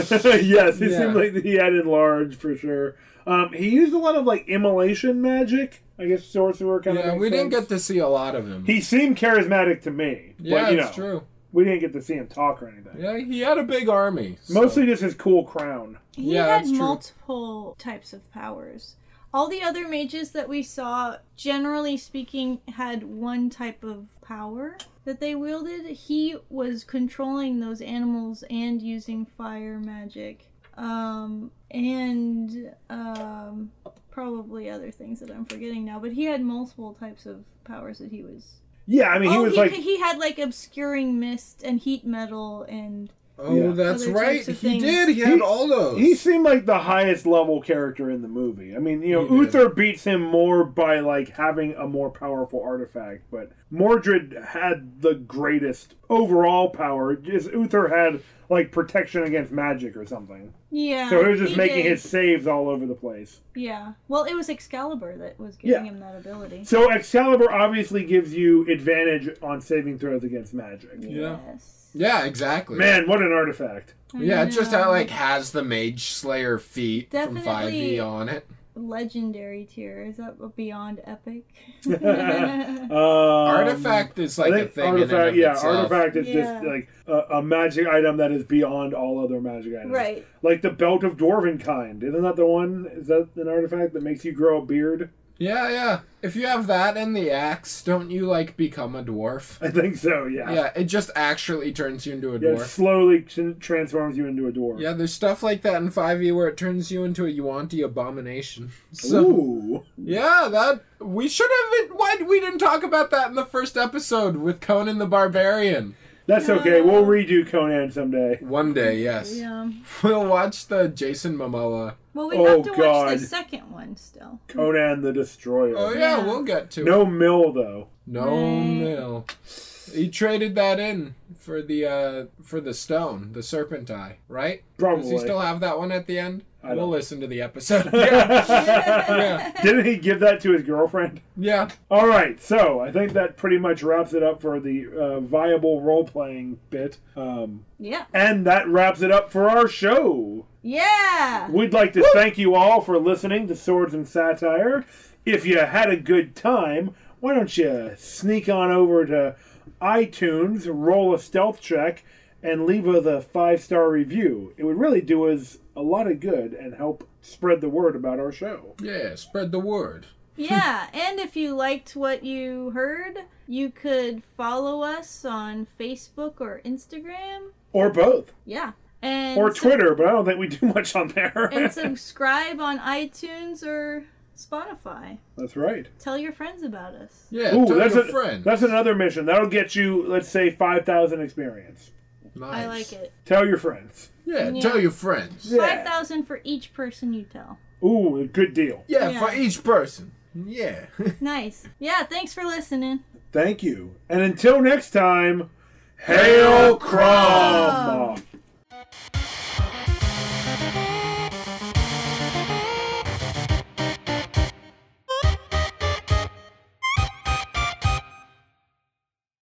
[SPEAKER 1] yes, he
[SPEAKER 3] Yeah.
[SPEAKER 1] seemed like he had enlarged for sure. Um, he used a lot of like immolation magic. I guess sorcerer kind of.
[SPEAKER 3] yeah,
[SPEAKER 1] makes
[SPEAKER 3] we didn't
[SPEAKER 1] sense.
[SPEAKER 3] get to see a lot of him.
[SPEAKER 1] He seemed charismatic to me.
[SPEAKER 3] yeah,
[SPEAKER 1] but, you
[SPEAKER 3] it's
[SPEAKER 1] know,
[SPEAKER 3] true.
[SPEAKER 1] We didn't get to see him talk or anything.
[SPEAKER 3] Yeah, he had a big army. so-
[SPEAKER 1] Mostly just his cool crown.
[SPEAKER 2] He
[SPEAKER 3] Yeah,
[SPEAKER 2] had
[SPEAKER 3] that's true.
[SPEAKER 2] multiple types of powers. All the other mages that we saw, generally speaking, had one type of power that they wielded. He was controlling those animals and using fire magic. Um, and um, probably other things that I'm forgetting now, but he had multiple types of powers that he was.
[SPEAKER 1] Yeah, I mean, he
[SPEAKER 2] oh,
[SPEAKER 1] was
[SPEAKER 2] he,
[SPEAKER 1] like
[SPEAKER 2] he had like obscuring mist and heat metal and
[SPEAKER 3] Oh,
[SPEAKER 1] Yeah.
[SPEAKER 3] that's
[SPEAKER 2] Other
[SPEAKER 3] right.
[SPEAKER 2] types of
[SPEAKER 3] He
[SPEAKER 2] things.
[SPEAKER 3] did. He had
[SPEAKER 1] He-
[SPEAKER 3] all those.
[SPEAKER 1] He seemed like the highest level character in the movie. I mean, you know,
[SPEAKER 3] He did.
[SPEAKER 1] Uther beats him more by like having a more powerful artifact, but Mordred had the greatest overall power. Just Uther had like protection against magic or something.
[SPEAKER 2] yeah.
[SPEAKER 1] So he was just
[SPEAKER 2] Uh, he
[SPEAKER 1] making
[SPEAKER 2] did.
[SPEAKER 1] his saves all over the place.
[SPEAKER 2] Yeah. Well, it was Excalibur that was giving
[SPEAKER 1] Yeah.
[SPEAKER 2] him that ability.
[SPEAKER 1] So Excalibur obviously gives you advantage on saving throws against magic.
[SPEAKER 3] Yeah.
[SPEAKER 2] Yes.
[SPEAKER 3] yeah, exactly.
[SPEAKER 1] Man, what an artifact.
[SPEAKER 2] I
[SPEAKER 3] Yeah, it just
[SPEAKER 2] know.
[SPEAKER 3] uh, like has the mage slayer feet from
[SPEAKER 2] Definitely.
[SPEAKER 3] 5e on it.
[SPEAKER 2] legendary tier. Is that beyond epic?
[SPEAKER 1] Um,
[SPEAKER 3] artifact is like
[SPEAKER 1] I
[SPEAKER 3] a
[SPEAKER 1] think
[SPEAKER 3] thing. in and
[SPEAKER 1] artifact,
[SPEAKER 3] of
[SPEAKER 1] yeah,
[SPEAKER 3] itself.
[SPEAKER 1] artifact is just
[SPEAKER 2] Yeah.
[SPEAKER 1] like a, a magic item that is beyond all other magic items.
[SPEAKER 2] right.
[SPEAKER 1] Like the belt of dwarven kind. Isn't that the one? Is that an artifact that makes you grow a beard?
[SPEAKER 3] Yeah, yeah. If you have that and the axe, don't you like become a dwarf?
[SPEAKER 1] I think so. Yeah.
[SPEAKER 3] Yeah, it just actually turns you into a
[SPEAKER 1] Yeah, it
[SPEAKER 3] dwarf.
[SPEAKER 1] slowly t- transforms you into a dwarf.
[SPEAKER 3] Yeah, there's stuff like that in 5e where it turns you into a Yuanti abomination. So
[SPEAKER 1] Ooh.
[SPEAKER 3] yeah, that we should have why we didn't talk about that in the first episode with Conan the Barbarian.
[SPEAKER 1] That's okay. We'll redo Conan someday.
[SPEAKER 3] One day, yes.
[SPEAKER 2] Yeah.
[SPEAKER 3] We'll watch the Jason Momoa.
[SPEAKER 2] Well, we
[SPEAKER 1] Oh,
[SPEAKER 2] have to
[SPEAKER 1] God.
[SPEAKER 2] watch the second one still.
[SPEAKER 1] Conan the Destroyer.
[SPEAKER 3] Oh yeah,
[SPEAKER 2] Yeah.
[SPEAKER 3] we'll get to it.
[SPEAKER 1] No mill though.
[SPEAKER 3] No
[SPEAKER 2] Right.
[SPEAKER 3] mill. He traded that in for the uh for the stone, the serpent eye, right? Does
[SPEAKER 1] Probably.
[SPEAKER 3] he still have that one at the end?
[SPEAKER 1] I
[SPEAKER 3] we'll
[SPEAKER 1] don't-
[SPEAKER 3] listen to the episode. yeah. yeah.
[SPEAKER 1] Didn't he give that to his girlfriend?
[SPEAKER 3] Yeah.
[SPEAKER 1] All right, so I think that pretty much wraps it up for the uh, viable role playing bit, um,
[SPEAKER 2] Yeah.
[SPEAKER 1] and that wraps it up for our show.
[SPEAKER 2] Yeah.
[SPEAKER 1] We'd like to thank you all for listening to Swords and Satire. If you had a good time, why don't you sneak on over to iTunes, roll a stealth check, and leave us a five star review? It would really do us a lot of good and help spread the word about our show.
[SPEAKER 3] Yeah, spread the word.
[SPEAKER 2] Yeah. And if you liked what you heard, you could follow us on Facebook or Instagram.
[SPEAKER 1] Or both.
[SPEAKER 2] Yeah. And
[SPEAKER 1] Or
[SPEAKER 2] sub-
[SPEAKER 1] Twitter, but I don't think we do much on there.
[SPEAKER 2] and subscribe on iTunes or Spotify.
[SPEAKER 1] That's right.
[SPEAKER 2] Tell your friends about us.
[SPEAKER 3] Yeah,
[SPEAKER 1] Ooh,
[SPEAKER 3] tell
[SPEAKER 1] that's
[SPEAKER 3] your
[SPEAKER 1] a,
[SPEAKER 3] friend.
[SPEAKER 1] that's another mission. That'll get you, let's say, five thousand experience.
[SPEAKER 3] nice.
[SPEAKER 2] I like it.
[SPEAKER 1] Tell your friends.
[SPEAKER 3] Yeah,
[SPEAKER 2] Yeah.
[SPEAKER 3] tell your friends.
[SPEAKER 1] Yeah.
[SPEAKER 2] Five thousand for each person you tell.
[SPEAKER 1] Ooh, a good deal.
[SPEAKER 3] Yeah,
[SPEAKER 2] Yeah.
[SPEAKER 3] for each person. Yeah.
[SPEAKER 2] Nice. Yeah. Thanks for listening.
[SPEAKER 1] Thank you. And until next time, Hail Cromwell!